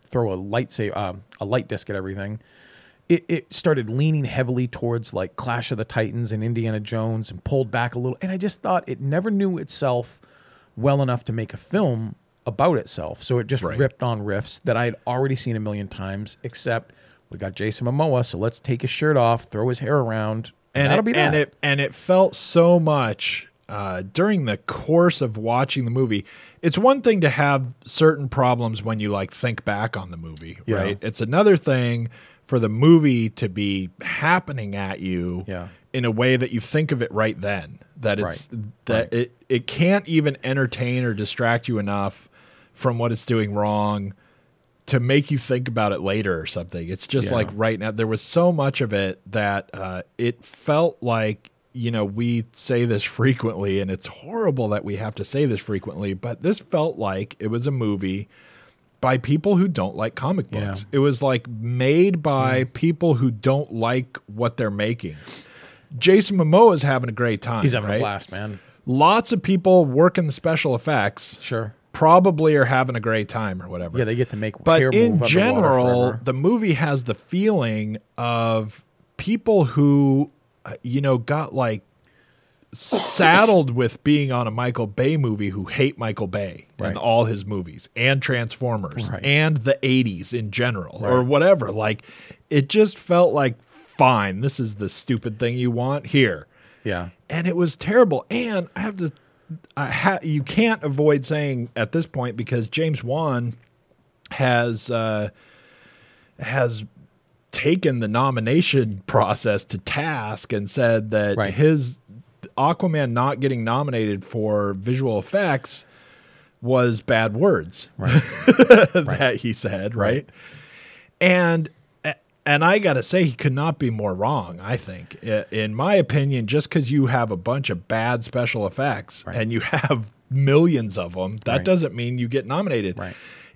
throw a lightsaber, uh, a light disc at everything. It, it started leaning heavily towards like Clash of the Titans and Indiana Jones and pulled back a little. And I just thought it never knew itself well enough to make a film about itself. So it just
Right.
ripped ripped on riffs that I had already seen a million times, except we got Jason Momoa, so let's take his shirt off, throw his hair around, and,
And
that'll
it,
be that.
and it and it felt so much uh, during the course of watching the movie. It's one thing to have certain problems when you like think back on the movie,
Yeah.
right? It's another thing for the movie to be happening at you
Yeah.
in a way that you think of it right then. That it's
Right.
that it it can't even entertain or distract you enough from what it's doing wrong to make you think about it later or something. It's just
Yeah.
like right now there was so much of it that uh, it felt like you know we say this frequently and it's horrible that we have to say this frequently, but this felt like it was a movie by people who don't like comic
Yeah.
books. It was like made by people who don't like what they're making. Jason Momoa is having a great time.
He's having
right?
a blast, man.
Lots of people working the special effects
Sure.
probably are having a great time or whatever.
Yeah, they get to make hair
But in
move underwater
general,
forever.
the movie has the feeling of people who, uh, you know, got like saddled with being on a Michael Bay movie who hate Michael Bay
Right.
and all his movies and Transformers
Right.
and the 80s in general or whatever. Like, it just felt like, fine, this is the stupid thing you want here
yeah.
and it was terrible. And I have to, I ha- you can't avoid saying at this point because James Wan has uh, has taken the nomination process to task and said that
Right.
his Aquaman not getting nominated for visual effects was bad words
Right.
that he said, right? And and I gotta say, he could not be more wrong. I think, I- in my opinion, just because you have a bunch of bad special effects and you have millions of them, that
Right.
doesn't mean you get nominated.
Right.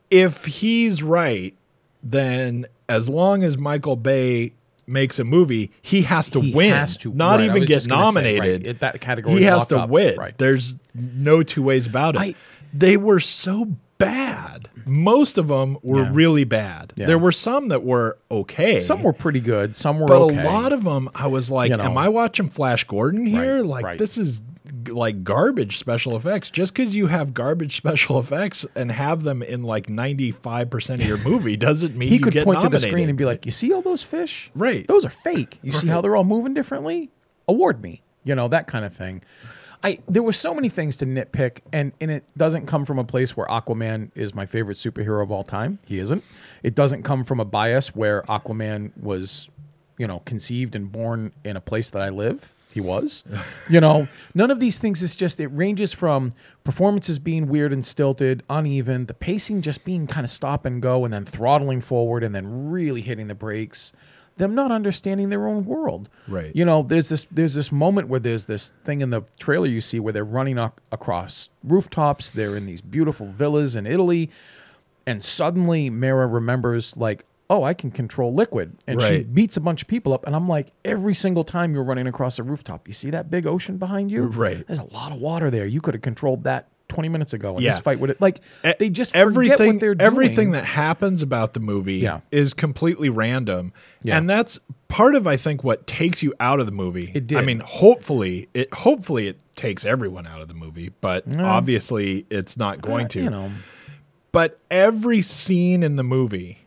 If he's right, then as long as Michael Bay makes a movie, he has to
He
win,
has to-
not
right, I
even
was
get
just gonna say, right,
nominated.
it- that category
he
is
has
locked
to
up,
win.
right.
There's no two ways about it.
I-
they were so bad. Most of them were
Yeah.
really bad.
Yeah.
There were some that were okay.
Some were pretty good. Some were
but
okay.
a lot of them I was like,
You know.
am I watching Flash Gordon here?
Right,
like
right.
this is g- like garbage special effects. Just because you have garbage special effects and have them in like ninety five percent of your movie doesn't mean
he
you
could
get
point to the
nominated.
screen and be like, "You see all those fish?
Right.
Those are fake. You see how they're all moving differently? Award me." You know that kind of thing. I there were so many things to nitpick, and and it doesn't come from a place where Aquaman is my favorite superhero of all time. He isn't. It doesn't come from a bias where Aquaman was, you know, conceived and born in a place that I live. He was. you know, none of these things is just, it ranges from performances being weird and stilted, uneven, the pacing just being kind of stop and go, and then throttling forward and then really hitting the brakes, them not understanding their own world.
Right.
You know, there's this there's this moment where there's this thing in the trailer you see where they're running ac- across rooftops, they're in these beautiful villas in Italy, and suddenly Mara remembers like, "Oh, I can control liquid." And she
Right.
beats a bunch of people up and I'm like, "Every single time you're running across a rooftop, you see that big ocean behind you?
Right.
There's a lot of water there. You could have controlled that 20 minutes ago in
Yeah.
this fight with it. Like
E-
they just everything, forget
everything
what they're doing.
everything that happens about the movie
Yeah.
is completely random
Yeah.
and that's part of i think what takes you out of the movie
It did.
i mean hopefully it hopefully it takes everyone out of the movie but obviously it's not going to
Uh, you know.
but every scene in the movie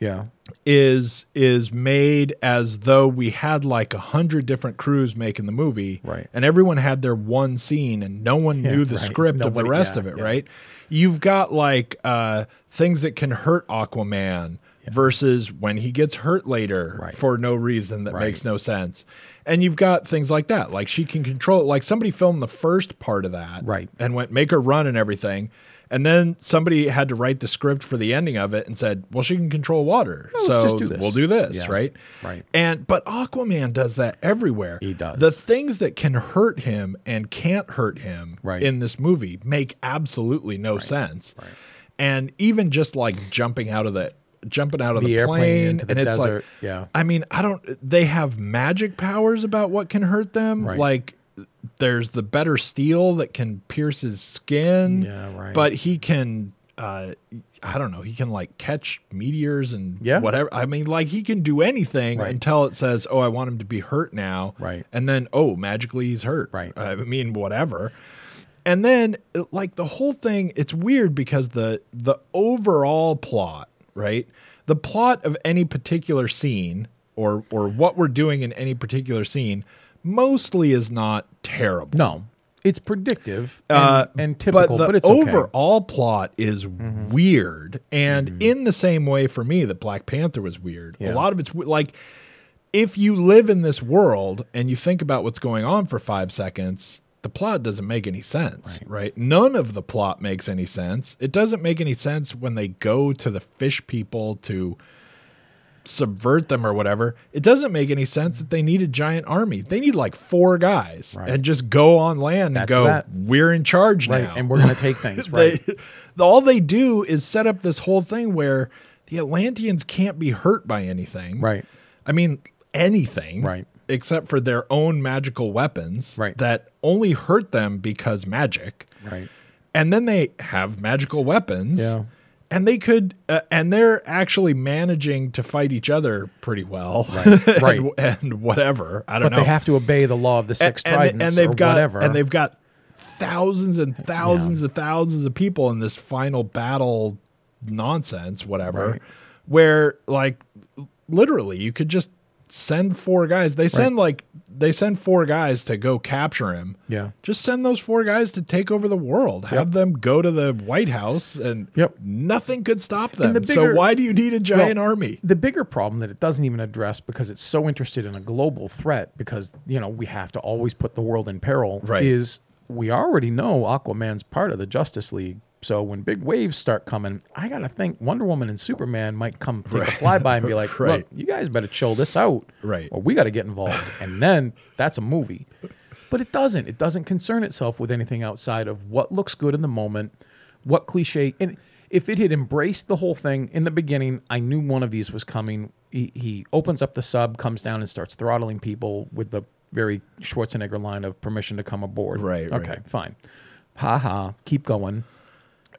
Yeah.
is is made as though we had like a hundred different crews making the movie,
Right.
And everyone had their one scene, and no one knew the
right.
script of
Nobody-
the rest
yeah,
of it,
yeah.
right? You've got like uh, things that can hurt Aquaman versus when he gets hurt later
Right.
for no reason that
Right.
makes no sense, and you've got things like that, like she can control. Like somebody filmed the first part of that,
Right.
and went make her run and everything. And then somebody had to write the script for the ending of it and said, "Well, she can control water,
let's
so
just do this.
we'll do this,
Yeah,
right?
right.
And but Aquaman does that everywhere.
He does.
the things that can hurt him and can't hurt him
Right.
in this movie make absolutely no sense. And even just like jumping out of the jumping out of the,
The airplane
plane
into the
and it's
desert,
like,
yeah.
I mean, I don't. They have magic powers about what can hurt them,
Right.
like. There's the better steel that can pierce his skin.
Yeah, right.
But he can uh I don't know, he can like catch meteors and
Yeah.
whatever. I mean, like he can do anything
Right.
until it says, "Oh, I want him to be hurt now."
Right.
And then, "Oh, magically he's hurt."
Right.
I mean, whatever. And then it- like the whole thing, it's weird because the the overall plot, right? The plot of any particular scene or or what we're doing in any particular scene mostly is not terrible
No. It's predictive and,
uh,
and typical, but,
the
it's okay. Mm-hmm.
overall plot is weird, and in the same way for me that Black Panther was weird. A
Yeah.
lot of it's we- like if you live in this world and you think about what's going on for five seconds. The plot doesn't make any sense, right. None of the plot makes any sense. It doesn't make any sense when they go to the fish people to subvert them or whatever. It doesn't make any sense that they need a giant army. They need like four guys
Right.
and just go on land and
That's
go,
that.
we're in charge
Right.
now.
And we're going to take things,
They-
right?
all they do is set up this whole thing where the Atlanteans can't be hurt by anything.
Right.
I mean, anything.
Right.
Except for their own magical weapons
Right.
that only hurt them because magic.
right.
And then they have magical weapons.
Yeah.
And they could, uh, and they're actually managing to fight each other pretty well, and,
right.
And whatever, I don't
But
know.
they have to obey the law of the six
And- and,
tridents
and they've
or
got
whatever.
and they've got thousands and thousands and thousands of people in this final battle nonsense whatever
Right.
where like literally you could just send four guys they send like they send four guys to go capture him
Yeah.
just send those four guys to take over the world have them go to the white house and
Yep.
nothing could stop them
the
so
bigger-
why do you need a giant
Well,
army
The bigger problem that it doesn't even address because it's so interested in a global threat because, you know, we have to always put the world in peril
Right.
is we already know Aquaman's part of the Justice League. So when big waves start coming, I got to think Wonder Woman and Superman might come take a flyby and be like,
Right.
look, you guys better chill this out.
Right.
Or we got to get involved. And then that's a movie. But it doesn't. It doesn't concern itself with anything outside of what looks good in the moment, what cliche. And if it had embraced the whole thing in the beginning, I knew one of these was coming. He, he opens up the sub, comes down, and starts throttling people with the very Schwarzenegger line of permission to come aboard.
Right,
Okay,
right.
fine. Ha ha. Keep going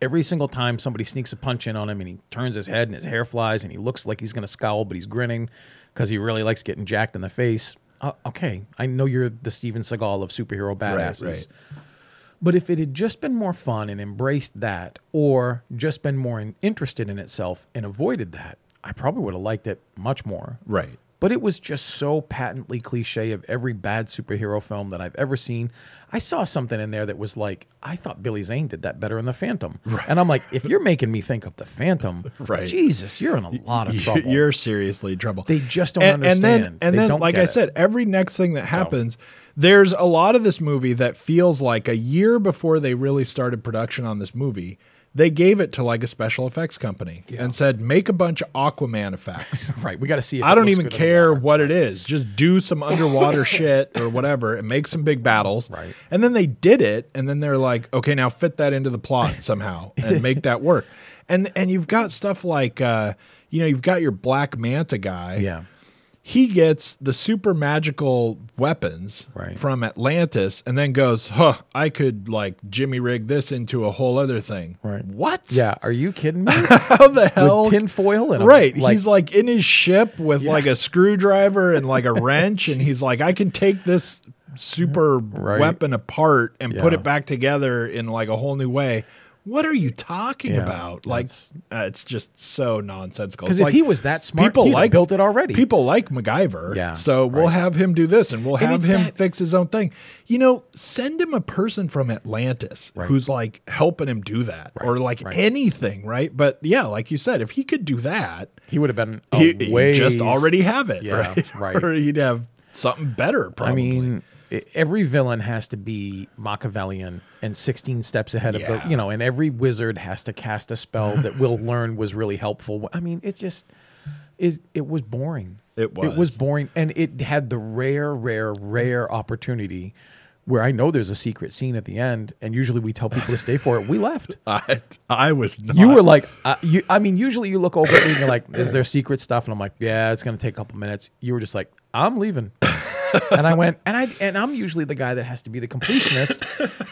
every single time somebody sneaks a punch in on him and he turns his head and his hair flies and he looks like he's going to scowl but he's grinning because he really likes getting jacked in the face uh, okay i know you're the steven seagal of superhero badasses
right.
but if it had just been more fun and embraced that or just been more in- interested in itself and avoided that i probably would have liked it much more
right
but it was just so patently cliche of every bad superhero film that I've ever seen. I saw something in there that was like, I thought Billy Zane did that better in The Phantom. And I'm like, if you're making me think of The Phantom,
Right.
Jesus, you're in a lot of trouble.
You're seriously in trouble.
They just don't
and, And then,
understand.
and
They
then
don't
like
get
I
it.
said, every next thing that happens, there's a lot of this movie that feels like a year before they really started production on this movie, they gave it to like a special effects company and said, make a bunch of Aquaman effects.
right, we got to see. If
I
it
don't
looks
even
good in the
care
water.
what it is. Just do some underwater shit or whatever and make some big battles.
Right.
And then they did it and then they're like, okay, now fit that into the plot somehow and make that work. And and you've got stuff like uh, you know, you've got your Black Manta guy
Yeah,
he gets the super magical weapons
Right.
from Atlantis and then goes, huh, I could like Jimmy rig this into a whole other thing.
Right.
What?
Yeah, are you kidding me?
How the hell?
With tinfoil and a-
right.
like,
he's like in his ship with like a screwdriver and like a wrench. and he's like, I can take this super weapon apart and put
Yeah.
it back together in like a whole new way. What are you talking
Yeah,
about? Like,
that's-
uh, it's just so nonsensical.
because
It's
if
like,
he was that smart, people like built it already.
People like MacGyver.
Yeah,
So we'll have him do this and we'll have
it's
him
that-
fix his own thing. You know, send him a person from Atlantis who's like helping him do that or like anything, right? But yeah, like you said, if he could do that,
he would have been
he,
a
he'd
ways-
just already have it,
Yeah,
right?
right.
or he'd have something better,
I
probably.
mean, e- every villain has to be Machiavellian and 16 steps ahead of
Yeah.
the, you know, and every wizard has to cast a spell that we'll learn was really helpful. I mean, it's just is it was boring.
It
It
was.
was boring and it had the rare rare rare opportunity where I know there's a secret scene at the end and usually we tell people to stay for it. We left.
I, I was not.
You were like, uh, you, I mean, usually you look over at me and you're like, is there secret stuff? And I'm like, yeah, it's going to take a couple minutes. You were just like, I'm leaving. and I went, and I and I'm usually the guy that has to be the completionist.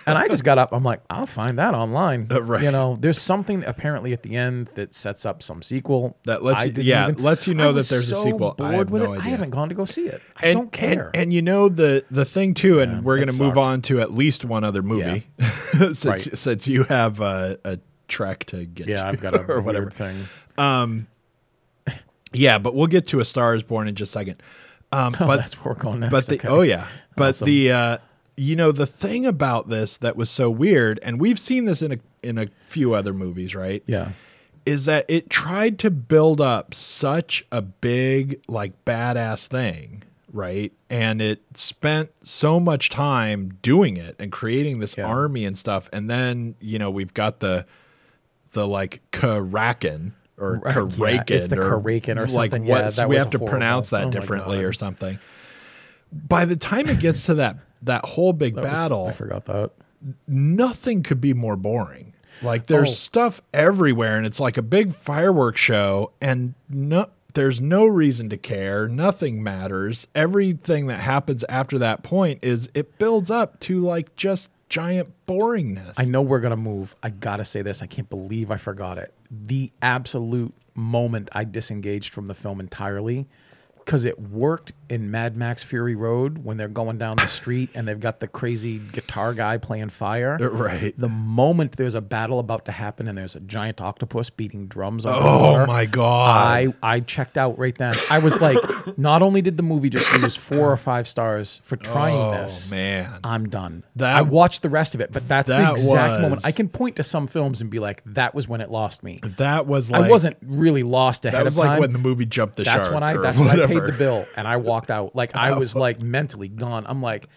and I just got up. I'm like, I'll find that online.
Uh, right.
You know, there's something apparently at the end that sets up some sequel
That lets
I
you-
didn't
yeah, lets you know
I
that
was
there's a
so
sequel. I
Bored
have
with
no
it. I
idea.
haven't gone to go see it. I don't care.
And, you know the the thing too, and we're
that
going to move
sucked.
on to at least one other movie, since
Right.
since you have a, a track to get. to
yeah, I've got a
or
weird
whatever.
thing.
Yeah, but we'll get to a Star Is Born in just a second. Um,
Oh,
but
that's where we're going next.
but the
okay.
oh yeah, but the uh, you know the thing about this that was so weird, and we've seen this in a in a few other movies, right?
yeah.
is that it tried to build up such a big like badass thing right and it spent so much time doing it and creating this
Yeah.
army and stuff and then you know we've got the the like Karakin or
Right, yeah,
Karakin
it's the
or,
Karakin or
like
something. Yeah,
what's
that
we
was
have to
horrible.
pronounce that
Oh my
differently
God.
or something by the time it gets to that that whole big
That was-
battle
I forgot that.
nothing could be more boring. Like there's
Oh.
stuff everywhere and it's like a big fireworks show and no there's no reason to care. Nothing matters. Everything that happens after that point is it builds up to like just giant boringness.
I know we're gonna move. I gotta say this. I can't believe I forgot it. The absolute moment I disengaged from the film entirely, because it worked in Mad Max Fury Road when they're going down the street and they've got the crazy guitar guy playing fire.
Uh, right.
The moment there's a battle about to happen and there's a giant octopus beating drums on
Oh
water,
my God.
I I checked out right then. I was like, not only did the movie just lose four or five stars for trying
oh
this,
man.
I'm done.
That-
I watched the rest of it, but that's the
That
exact moment.
was-
I can point to some films and be like, that was when it lost me.
that was like
I wasn't really lost ahead
that was
of time.
like when the movie jumped the
that's
shark.
when I
or
that's when I paid
whatever.
the bill and I walked out. Like I was like mentally gone. I'm like,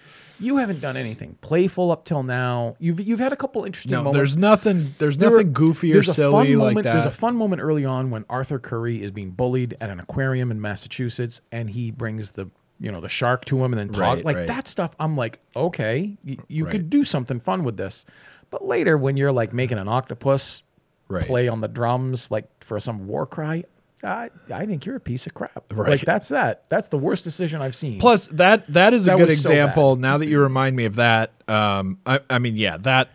you haven't done anything playful up till now. You've you've had a couple interesting
No,
moments.
there's nothing there's
There were-
nothing goofy or
there's a fun
silly like
moment-
that.
There's a fun moment early on when Arthur Curry is being bullied at an aquarium in Massachusetts, and he brings the you know the shark to him, and then talk
Right,
like
right.
that stuff. I'm like, okay, y- you could do something fun with this. But later, when you're like making an octopus
Right.
play on the drums, like for some war cry. I, I think you're a piece of crap.
Right.
Like that's that. That's the worst decision I've seen.
Plus, that that is a
That
good
was so
example. now that you remind me of that, um, I, I mean, yeah, that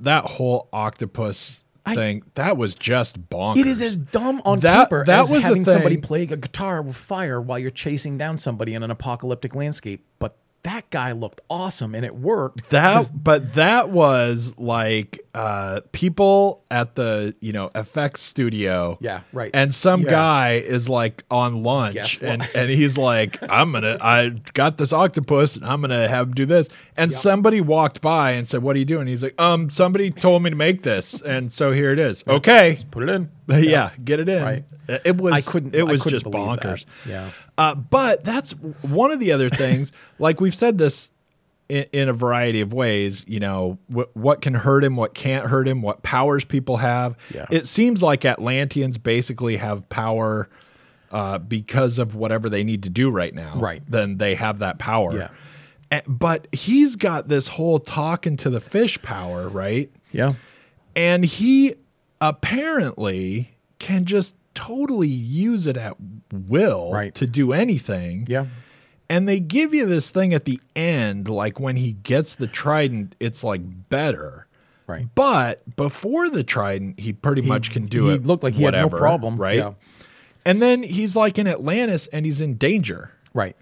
that whole octopus
I-
thing that was just bonkers.
It is as dumb on
That-
paper
that
as
was the
having somebody
thing.
playing a guitar with fire while you're chasing down somebody in an apocalyptic landscape. But that guy looked awesome and it worked.
that, but that was like uh, people at the you know effects studio.
Yeah, right.
And some
Yeah.
guy is like on lunch,
Guess what?
and, and he's like, "I'm gonna, I got this octopus, and I'm gonna have him do this." And somebody walked by and said, "What are you doing?" He's like, "Um, somebody told me to make this, and so here it is." Okay,
Put it in.
yeah, get it in.
Right.
Uh, It was.
I couldn't.
It
I
was
couldn't
just
believe
bonkers.
That. Yeah.
Uh, but that's one of the other things. like we've said this in, in a variety of ways. You know, wh- what can hurt him, what can't hurt him, what powers people have.
Yeah.
It seems like Atlanteans basically have power uh, because of whatever they need to do right now.
Right.
Then they have that power.
Yeah.
A- But he's got this whole talking to the fish power, right?
Yeah.
and he apparently can just totally use it at will
Right.
to do anything.
Yeah.
And they give you this thing at the end, like when he gets the trident, it's like better.
Right.
But before the trident, he pretty much can do
he
it.
looked like he had no
whatever,
problem,
right?
yeah.
And then he's like in Atlantis, and he's in danger,
Right.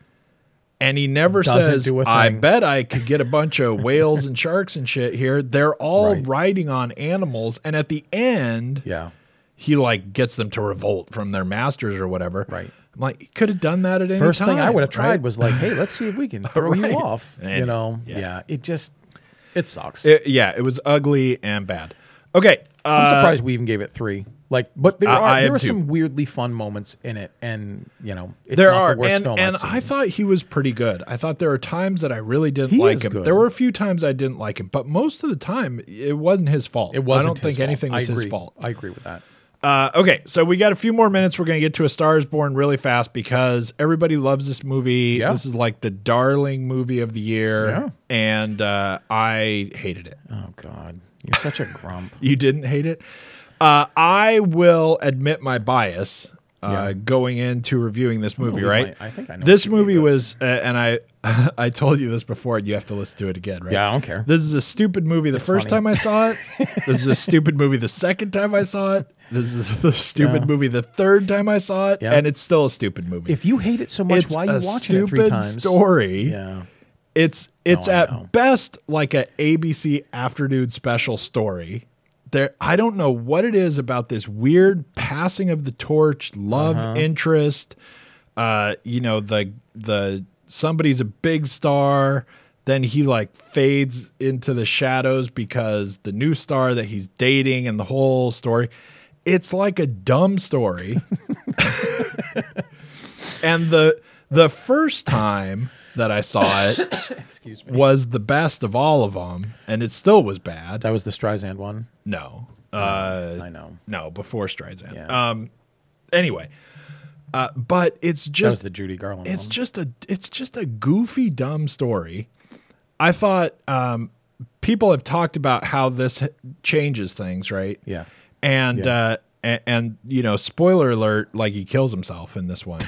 and he never
Doesn't
says,
do a
"I
thing."
bet I could get a bunch of whales and sharks and shit here." They're all
Right.
riding on animals, and at the end,
Yeah.
he like gets them to revolt from their masters or whatever.
Right.
I'm like, he could have done that at any
First thing I
time,
would have tried
right?
was like, hey, let's see if we can throw
Right.
you off.
And-
you know.
yeah.
Yeah. It just it sucks.
It- yeah, it was ugly and bad. Okay,
I'm
uh,
surprised we even gave it three. Like, but there
I-
are
I am
there are
too.
some weirdly fun moments in it, and you know, it's
there
not
are,
the worst
and,
film
and
I've seen.
I thought he was pretty good. I thought there were times that I really didn't
He
like
is
him.
good.
There were a few times I didn't like him, but most of the time it wasn't his fault.
it wasn't.
I don't
his
think
fault.
anything
I
was his
agree.
fault.
I agree with that.
Uh, okay, so we got a few more minutes. We're going to get to A Star Is Born really fast because everybody loves this movie.
Yeah.
This is like the darling movie of the year,
Yeah.
and uh, I hated it.
Oh God, you're such a grump.
You didn't hate it. Uh, I will admit my bias uh,
Yeah.
going into reviewing this movie.
believe
Right?
my- I think I know
this
what you mean,
movie
but-
was, uh, and I, I told you this before, and you have to listen to it again, right?
Yeah, I don't care.
This is a stupid movie. The first
funny.
time I saw it, this is a stupid movie. The second time I saw it, this is the stupid
Yeah.
movie. The third time I saw it,
Yeah.
and it's still a stupid movie.
If you hate it so much,
it's
why are
a
you watching it three
stupid
times?
Story.
Yeah.
It's it's
I
at
know.
best like a ABC afternoon special story. There, I don't know what it is about this weird passing of the torch, love
Uh-huh.
interest. Uh, you know the the somebody's a big star, then he like fades into the shadows because the new star that he's dating and the whole story. It's like a dumb story. and the the first time that I saw it
Excuse me.
was the best of all of them, and it still was bad.
That was the Streisand one.
No, uh,
I know.
no, before Streisand.
Yeah.
Um, anyway, uh, but it's
That was
just
the Judy Garland
it's
one.
just a it's just a goofy dumb story. I thought um, people have talked about how this h- changes things, right?
Yeah.
and. Uh, and, and you know, spoiler alert! Like he kills himself in this one.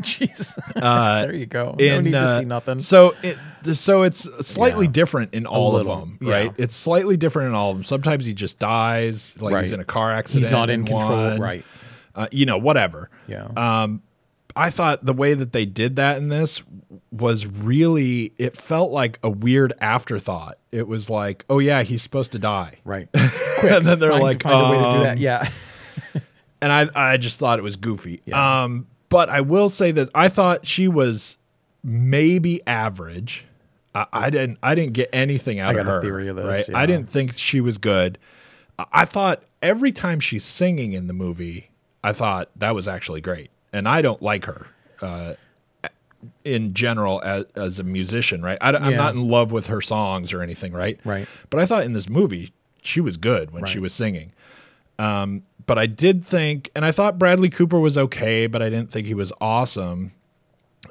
Jeez. there you go. no
in,
need
uh,
to see nothing.
So it so it's slightly
Yeah.
different in all of
little,
them,
yeah.
right? It's slightly different in all of them. Sometimes he just dies, like he's
Right.
in a car accident.
He's not in control. Uh,
one,
Right.
Uh, you know, whatever.
Yeah.
I thought the way that they did that in this was really. It felt like a weird afterthought. It was like, oh yeah, he's supposed to die,
right.
and then they're
Find-
like,
find a way to do
um,
that. Yeah.
and I I just thought it was goofy.
Yeah.
Um, but I will say this: I thought she was maybe average. I, I didn't I didn't get anything out
I
of
got a
her.
theory of this,
right?
yeah.
I didn't think she was good. I- I thought every time she's singing in the movie, I thought that was actually great, and I don't like her. Uh, in general, as, as a musician, right? I, am
Yeah.
not in love with her songs or anything, right?
Right.
But I thought in this movie, she was good when she
Right.
was singing Um, but I did think, and I thought Bradley Cooper was okay, but I didn't think he was awesome.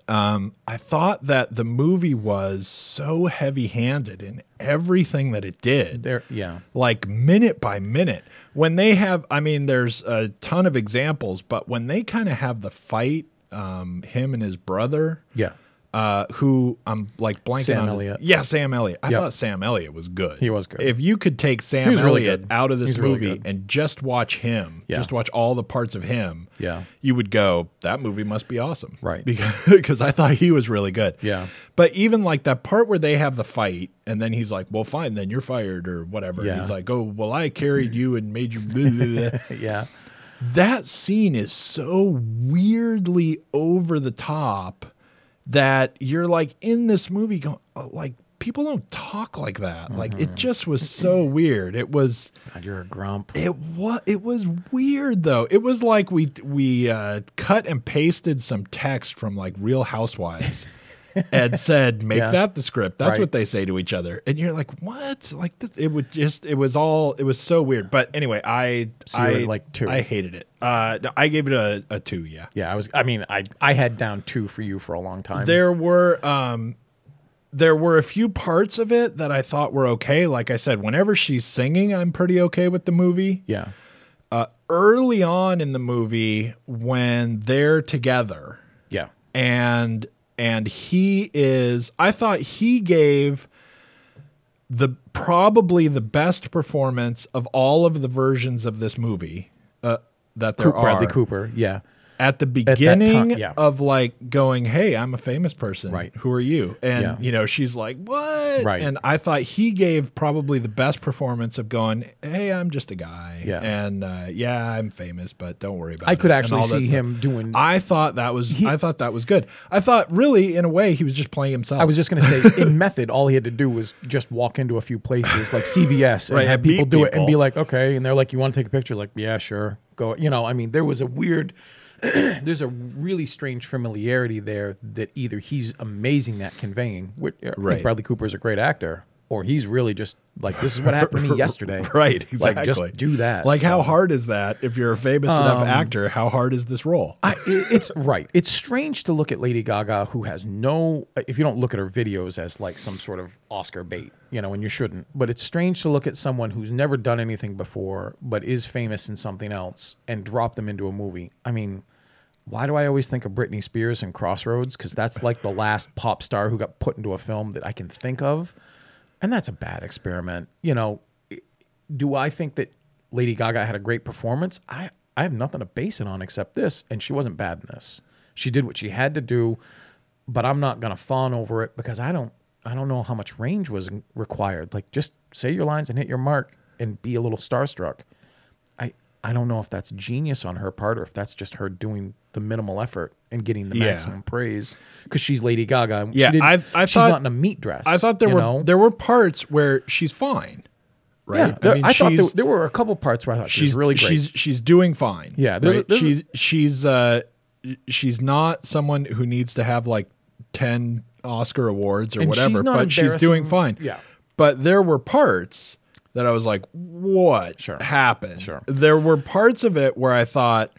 Um, I thought that the movie was so heavy handed in everything that it did
There. Yeah.
like minute by minute when they have i mean there's a ton of examples but when they kind of have the fight um him and his brother
Yeah.
uh who i'm like blanking
Sam
on his-
Elliott.
yeah sam elliott i
Yep.
thought sam elliott was good
He was good.
if you could take sam
was really
elliott
good.
out of this
He's really
movie
good.
and just watch him
Yeah.
just watch all the parts of him
Yeah.
you would go that movie must be awesome
Right.
because because i thought he was really good
Yeah.
but even like that part where they have the fight, and then he's like, "Well, fine, then you're fired or whatever."
Yeah.
He's like, "Oh, well, I carried you and made you." blah, blah, blah."
Yeah.
that scene is so weirdly over the top that you're like in this movie going oh, like people don't talk like that. Like it just was so weird. It was
God, you're a grump.
it was it was weird though. It was like we we uh, cut and pasted some text from like Real Housewives and said, "Make
Yeah.
that the script." That's
Right.
what they say to each other, and you're like, "What?" Like this? It would just it was all it was so weird. But anyway, I
you
I
were at, like, two.
I hated it. Uh, no, I gave it a, a two. Yeah,
Yeah, I was. I mean, I I had down two for you for a long time.
there were um. There were a few parts of it that I thought were okay. Like I said, whenever she's singing, I'm pretty okay with the movie.
yeah,
uh, early on in the movie when they're together
Yeah.
and and he is I thought he gave the probably the best performance of all of the versions of this movie uh, that there
Coop, Bradley
are
Cooper. Yeah.
at the
that time,
beginning
yeah.
of like going, "Hey, I'm a famous person.
Right.
Who are you?" And
Yeah.
you know, she's like, "What?"
Right.
And I thought he gave probably the best performance of going, "Hey, I'm just a guy.
Yeah.
And uh, yeah, I'm famous, but don't worry about it."
I could
and
actually
all that
see
stuff.
him doing.
I thought that was I thought that was good. I thought really in a way he was just playing himself.
I was just gonna say, in method, all he had to do was just walk into a few places like CVS and
Right,
have
and meet
people do it and be
people.
like, okay, and they're like, you want to take a picture? Like, yeah, sure, go. You know, I mean, there was a weird, there's a really strange familiarity there that either he's amazing at conveying, which I think
Right.
Bradley Cooper is a great actor, or he's really just like, this is what happened to me yesterday,
right, exactly.
Like, just do that.
Like how
So- Um,
hard is that if you're a famous enough actor, how hard is this role?
I, it- it's right. It's strange to look at Lady Gaga, who has no, if you don't look at her videos as like some sort of Oscar bait, you know, and you shouldn't. But it's strange to look at someone who's never done anything before, but is famous in something else and drop them into a movie. I mean, why do I always think of Britney Spears and Crossroads? Because that's like the last pop star who got put into a film that I can think of. And that's a bad experiment. You know, do I think that Lady Gaga had a great performance? I, I have nothing to base it on except this, and she wasn't bad in this. She did what she had to do, but I'm not gonna fawn over it because I don't I don't know how much range was required. Like just say your lines and hit your mark and be a little starstruck. I I don't know if that's genius on her part or if that's just her doing the minimal effort and getting the
Yeah.
maximum praise because she's Lady Gaga. and she
Yeah,
didn't-
I've- I
she's
thought-
not in a meat dress.
I thought there
you
were
know?
there were parts where she's fine, right?
Yeah, there- I, thought there,
she's-
there were a couple parts where I thought she was
she's
really great.
She's she's doing fine.
Yeah, there's a-
right?
there's a-
she's she's uh she's not someone who needs to have like ten Oscar awards or
And she's
whatever,
not
but she's doing
embarrassing-
fine.
yeah.
But there were parts that I was like, what
Sure.
happened?
Sure.
There were parts of it where I thought,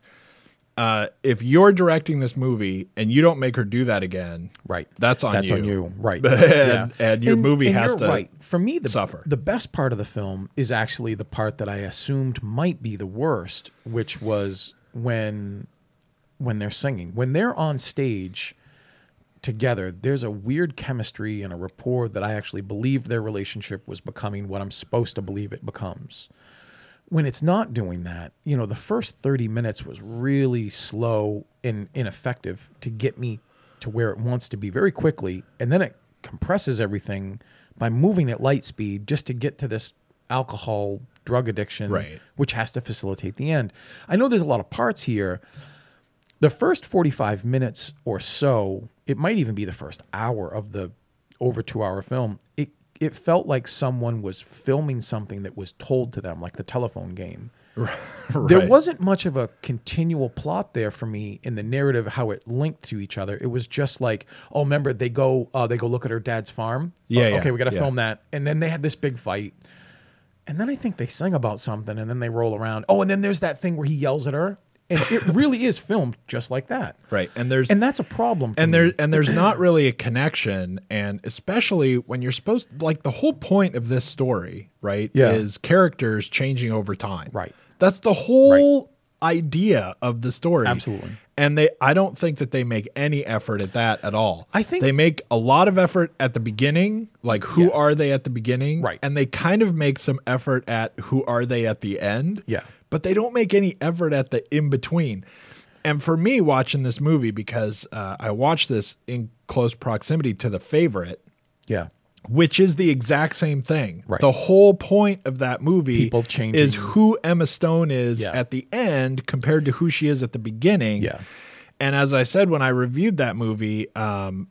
uh, if you're directing this movie and you don't make her do that again,
Right.
That's on
That's
you.
on you. Right.
And- and your movie has
you're
to
For me, the,
suffer.
The best part of the film is actually the part that I assumed might be the worst, which was when when they're singing. When they're on stage together, there's a weird chemistry and a rapport that I actually believed their relationship was becoming what I'm supposed to believe it becomes when it's not doing that, you know, the first 30 minutes was really slow and ineffective to get me to where it wants to be very quickly. And then it compresses everything by moving at light speed just to get to this alcohol drug addiction,
Right.
which has to facilitate the end. I know there's a lot of parts here. The first 45 minutes or so, it might even be the first hour of the over two hour film, it, it felt like someone was filming something that was told to them, like the telephone game. There
Right.
wasn't much of a continual plot there for me in the narrative how it linked to each other. It was just like, oh, remember they go uh, they go look at her dad's farm.
Yeah,
Oh,
yeah,
okay, we got to
yeah.
film that, and then they had this big fight, and then I think they sing about something, and then they roll around. Oh, and then there's that thing where he yells at her, and it really is filmed just like that.
right. And there's
And that's a problem. For
and
me.
there and there's not really a connection and especially when you're supposed like the whole point of this story right
Yeah.
is characters changing over time
Right.
that's the whole idea of the story
Absolutely.
and they i don't think that they make any effort at that at all
I think-
they make a lot of effort at the beginning like who are they at the beginning
Right.
and they kind of make some effort at who are they at the end
Yeah.
but they don't make any effort at the in between. And for me, watching this movie because uh, I watched this in close proximity to the favorite,
yeah,
which is the exact same thing.
Right.
The whole point of that movie
People changing-
is who Emma Stone is
Yeah.
at the end compared to who she is at the beginning.
Yeah.
And as I said when I reviewed that movie, um,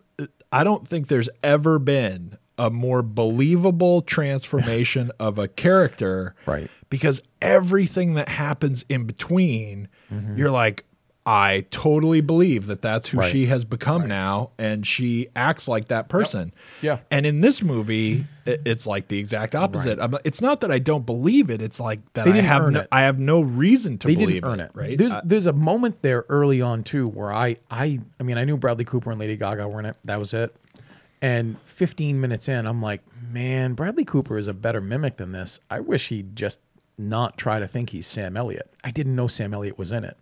I don't think there's ever been a more believable transformation of a character.
Right.
Because everything that happens in between, you're like, I totally believe that that's who
Mm-hmm. Right.
she has become now, and she acts like that person.
Yeah.
And in this movie, i- it's like the exact opposite. I'm- It's not that I don't believe it; it's like that I
didn't
have
earn
no,
it.
I have no reason to
they
believe
didn't earn it,
Right? Uh,
There's
I-
there's a moment there early on too where I I I mean I knew Bradley Cooper and Lady Gaga were in it. That was it. And 15 minutes in, I'm like, man, Bradley Cooper is a better mimic than this. I wish he'd just not try to think he's Sam Elliott. I didn't know Sam Elliott was in it.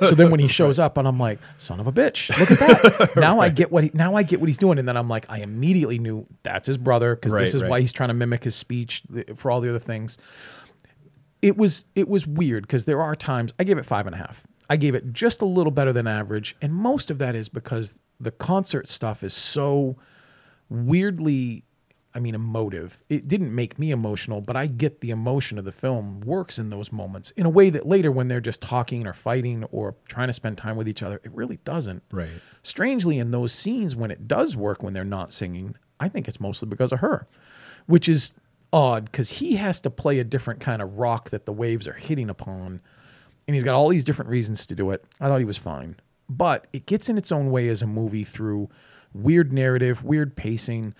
So then when he shows up and I'm like, son of a bitch, look at that. Now I get what he, now I get what he's doing. And then I'm like, I immediately knew that's his brother because
Right,
this is
right.
why he's trying to mimic his speech th- for all the other things. It was it was weird because there are times I gave it five and a half. I gave it just a little better than average, and most of that is because the concert stuff is so weirdly i mean emotive it didn't make me emotional but i get the emotion of the film works in those moments in a way that later when they're just talking or fighting or trying to spend time with each other it really doesn't
Right.
strangely in those scenes when it does work when they're not singing i think it's mostly because of her which is odd because he has to play a different kind of rock that the waves are hitting upon and he's got all these different reasons to do it i thought he was fine but it gets in its own way as a movie through weird narrative weird pacing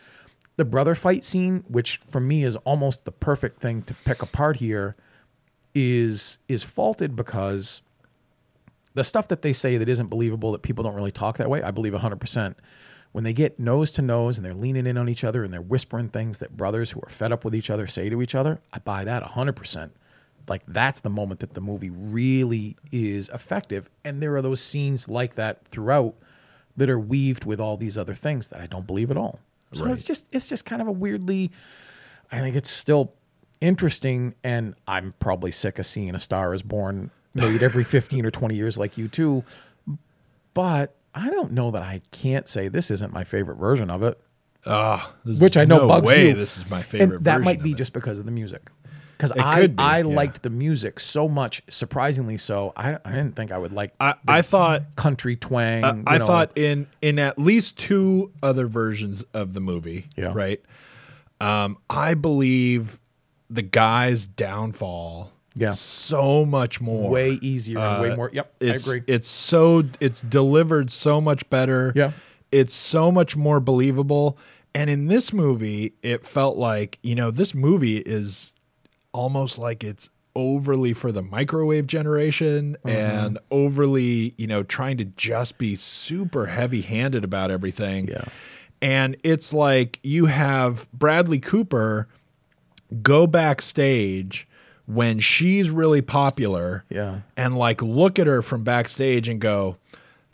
the brother fight scene which for me is almost the perfect thing to pick apart here is is faulted because the stuff that they say that isn't believable that people don't really talk that way i believe 100% when they get nose to nose and they're leaning in on each other and they're whispering things that brothers who are fed up with each other say to each other i buy that 100% like that's the moment that the movie really is effective and there are those scenes like that throughout that are weaved with all these other things that i don't believe at all so it's
Right.
just it's just kind of a weirdly I think it's still interesting, and I'm probably sick of seeing a Star is Born made every 15 or 20 years, like you too. But I don't know that I can't say this isn't my favorite version of it,
This
which
is
I know
no
bugs
way
you.
This is my
And
favorite.
that
version
might be
of it.
just because of the music, because I
could be,
I
yeah.
liked the music so much, surprisingly so. I, I didn't think I would like
I, I thought
country twang. you
I
know.
thought in in at least two other versions of the movie,
Yeah.
right? Um, I believe the guy's downfall,
Yeah.
so much more.
way easier and way more. Yep, I
uh, it's,
agree.
It's so it's delivered so much better.
Yeah.
It's so much more believable. And in this movie, it felt like, you know, this movie is almost like it's overly for the microwave generation
Mm-hmm.
and overly, you know, trying to just be super heavy-handed about everything.
Yeah.
And it's like you have Bradley Cooper go backstage when she's really popular
Yeah.
and like look at her from backstage and go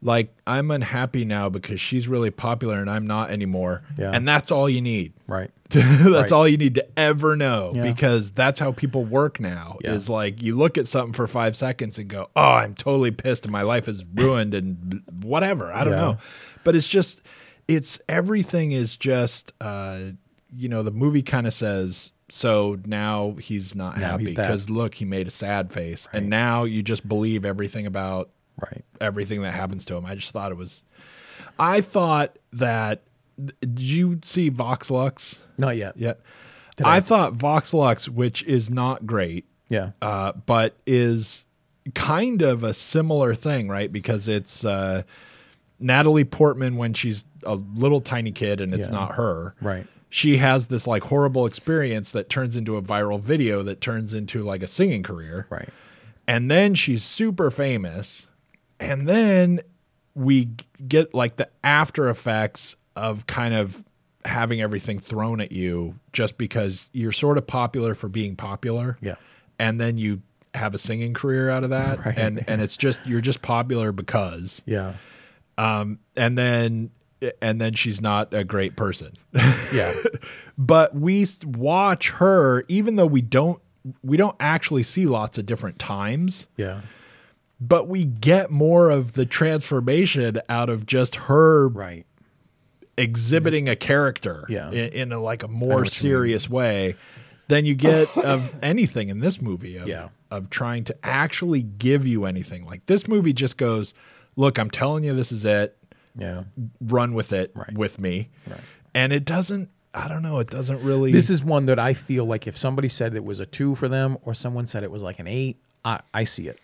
like i'm unhappy now because she's really popular and i'm not anymore
Yeah.
and that's all you need
right.
that's
Right.
all you need to ever know
Yeah.
because that's how people work now
Yeah.
is like you look at something for five seconds and go oh i'm totally pissed and my life is ruined and whatever i don't
Yeah.
know but it's just it's everything is just uh you know the movie kind of says so now he's not
Now
happy
he's that.
because look he made a sad face and now you just believe everything about
Right.
everything that happens to him. I just thought it was. I thought that. Did you see Vox Lux
Not yet.
yet? I, thought Vox Lux, which is not great,
Yeah.
uh, but is kind of a similar thing, right? Because it's uh, Natalie Portman when she's a little tiny kid and it's
Yeah.
not her.
Right.
She has this like horrible experience that turns into a viral video that turns into like a singing career.
Right.
And then she's super famous. And then we g- get like the after effects of kind of having everything thrown at you just because you're sort of popular for being popular.
Yeah.
And then you have a singing career out of that
Right.
and and it's just you're just popular because
Yeah.
and then and then she's not a great person.
Yeah.
but we s- watch her even though we don't we don't actually see lots of different times.
Yeah.
but we get more of the transformation out of just her
Right.
exhibiting a character
Yeah.
in, in a, like a
know
more
what you
serious way than you get of anything in this movie of,
Yeah.
of trying to actually give you anything like this movie just goes look i'm telling you this is it
Yeah.
run with it
Right.
with me and it doesn't i don't know it doesn't really
This is one that I feel like if somebody said it was a two for them or someone said it was like an eight, I, I see it.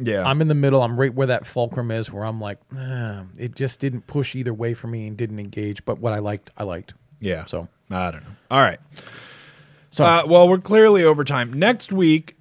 yeah
I'm in the middle. I'm right where that fulcrum is where I'm like, "Ah, it just didn't push either way for me and didn't engage. But what I liked, I liked.
yeah
So,
i don't know all right
so
Uh, well, we're clearly over time. Next week,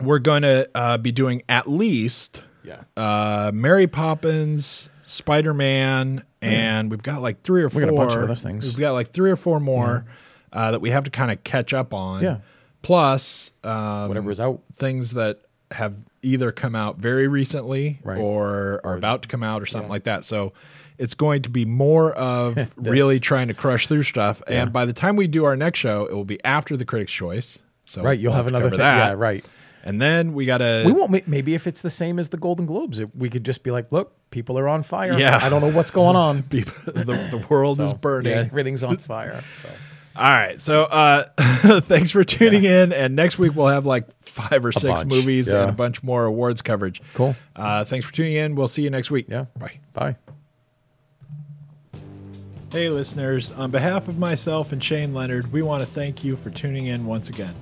we're going to uh, be doing at least
Yeah.
uh, Mary Poppins, Spider Man, and we've got like three or
Hmm. got
four.
a bunch of other things.
We've got like three or four more uh, that we have to kind of catch up on.
Yeah.
Plus, um,
Whatever is out.
things that have either come out very recently
Right.
or are about to come out or something like that. So it's going to be more of really trying to crush through stuff. And by the time we do our next show, it will be after the Critics' Choice. So
Right, you'll
we'll
have
to
another
cover
thing.
that.
Yeah, right.
And then we got to.
We won't. ma- Maybe if it's the same as the Golden Globes, it, we could just be like, "Look, people are on fire.
Yeah.
I don't know what's going on.
be, the, the world is burning.
Yeah, everything's on fire." So.
All right. So uh, thanks for tuning in. And next week we'll have like five or six
bunch,
movies
yeah.
and a bunch more awards coverage.
Cool.
Uh, thanks for tuning in. We'll see you next week.
Yeah.
Bye.
Bye.
Hey, listeners. On behalf of myself and Shane Leonard, we want to thank you for tuning in once again.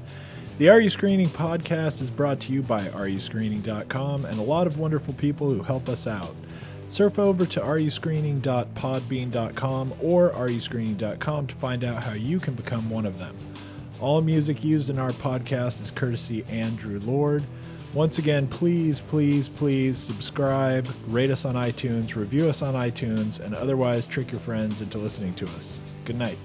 The Are You Screening podcast is brought to you by areyouscreening.com and a lot of wonderful people who help us out. Surf over to areyouscreening.podbean.com or areyouscreening.com to find out how you can become one of them. All music used in our podcast is courtesy Andrew Lord. Once again, please, please, please subscribe, rate us on iTunes, review us on iTunes, and otherwise trick your friends into listening to us. Good night.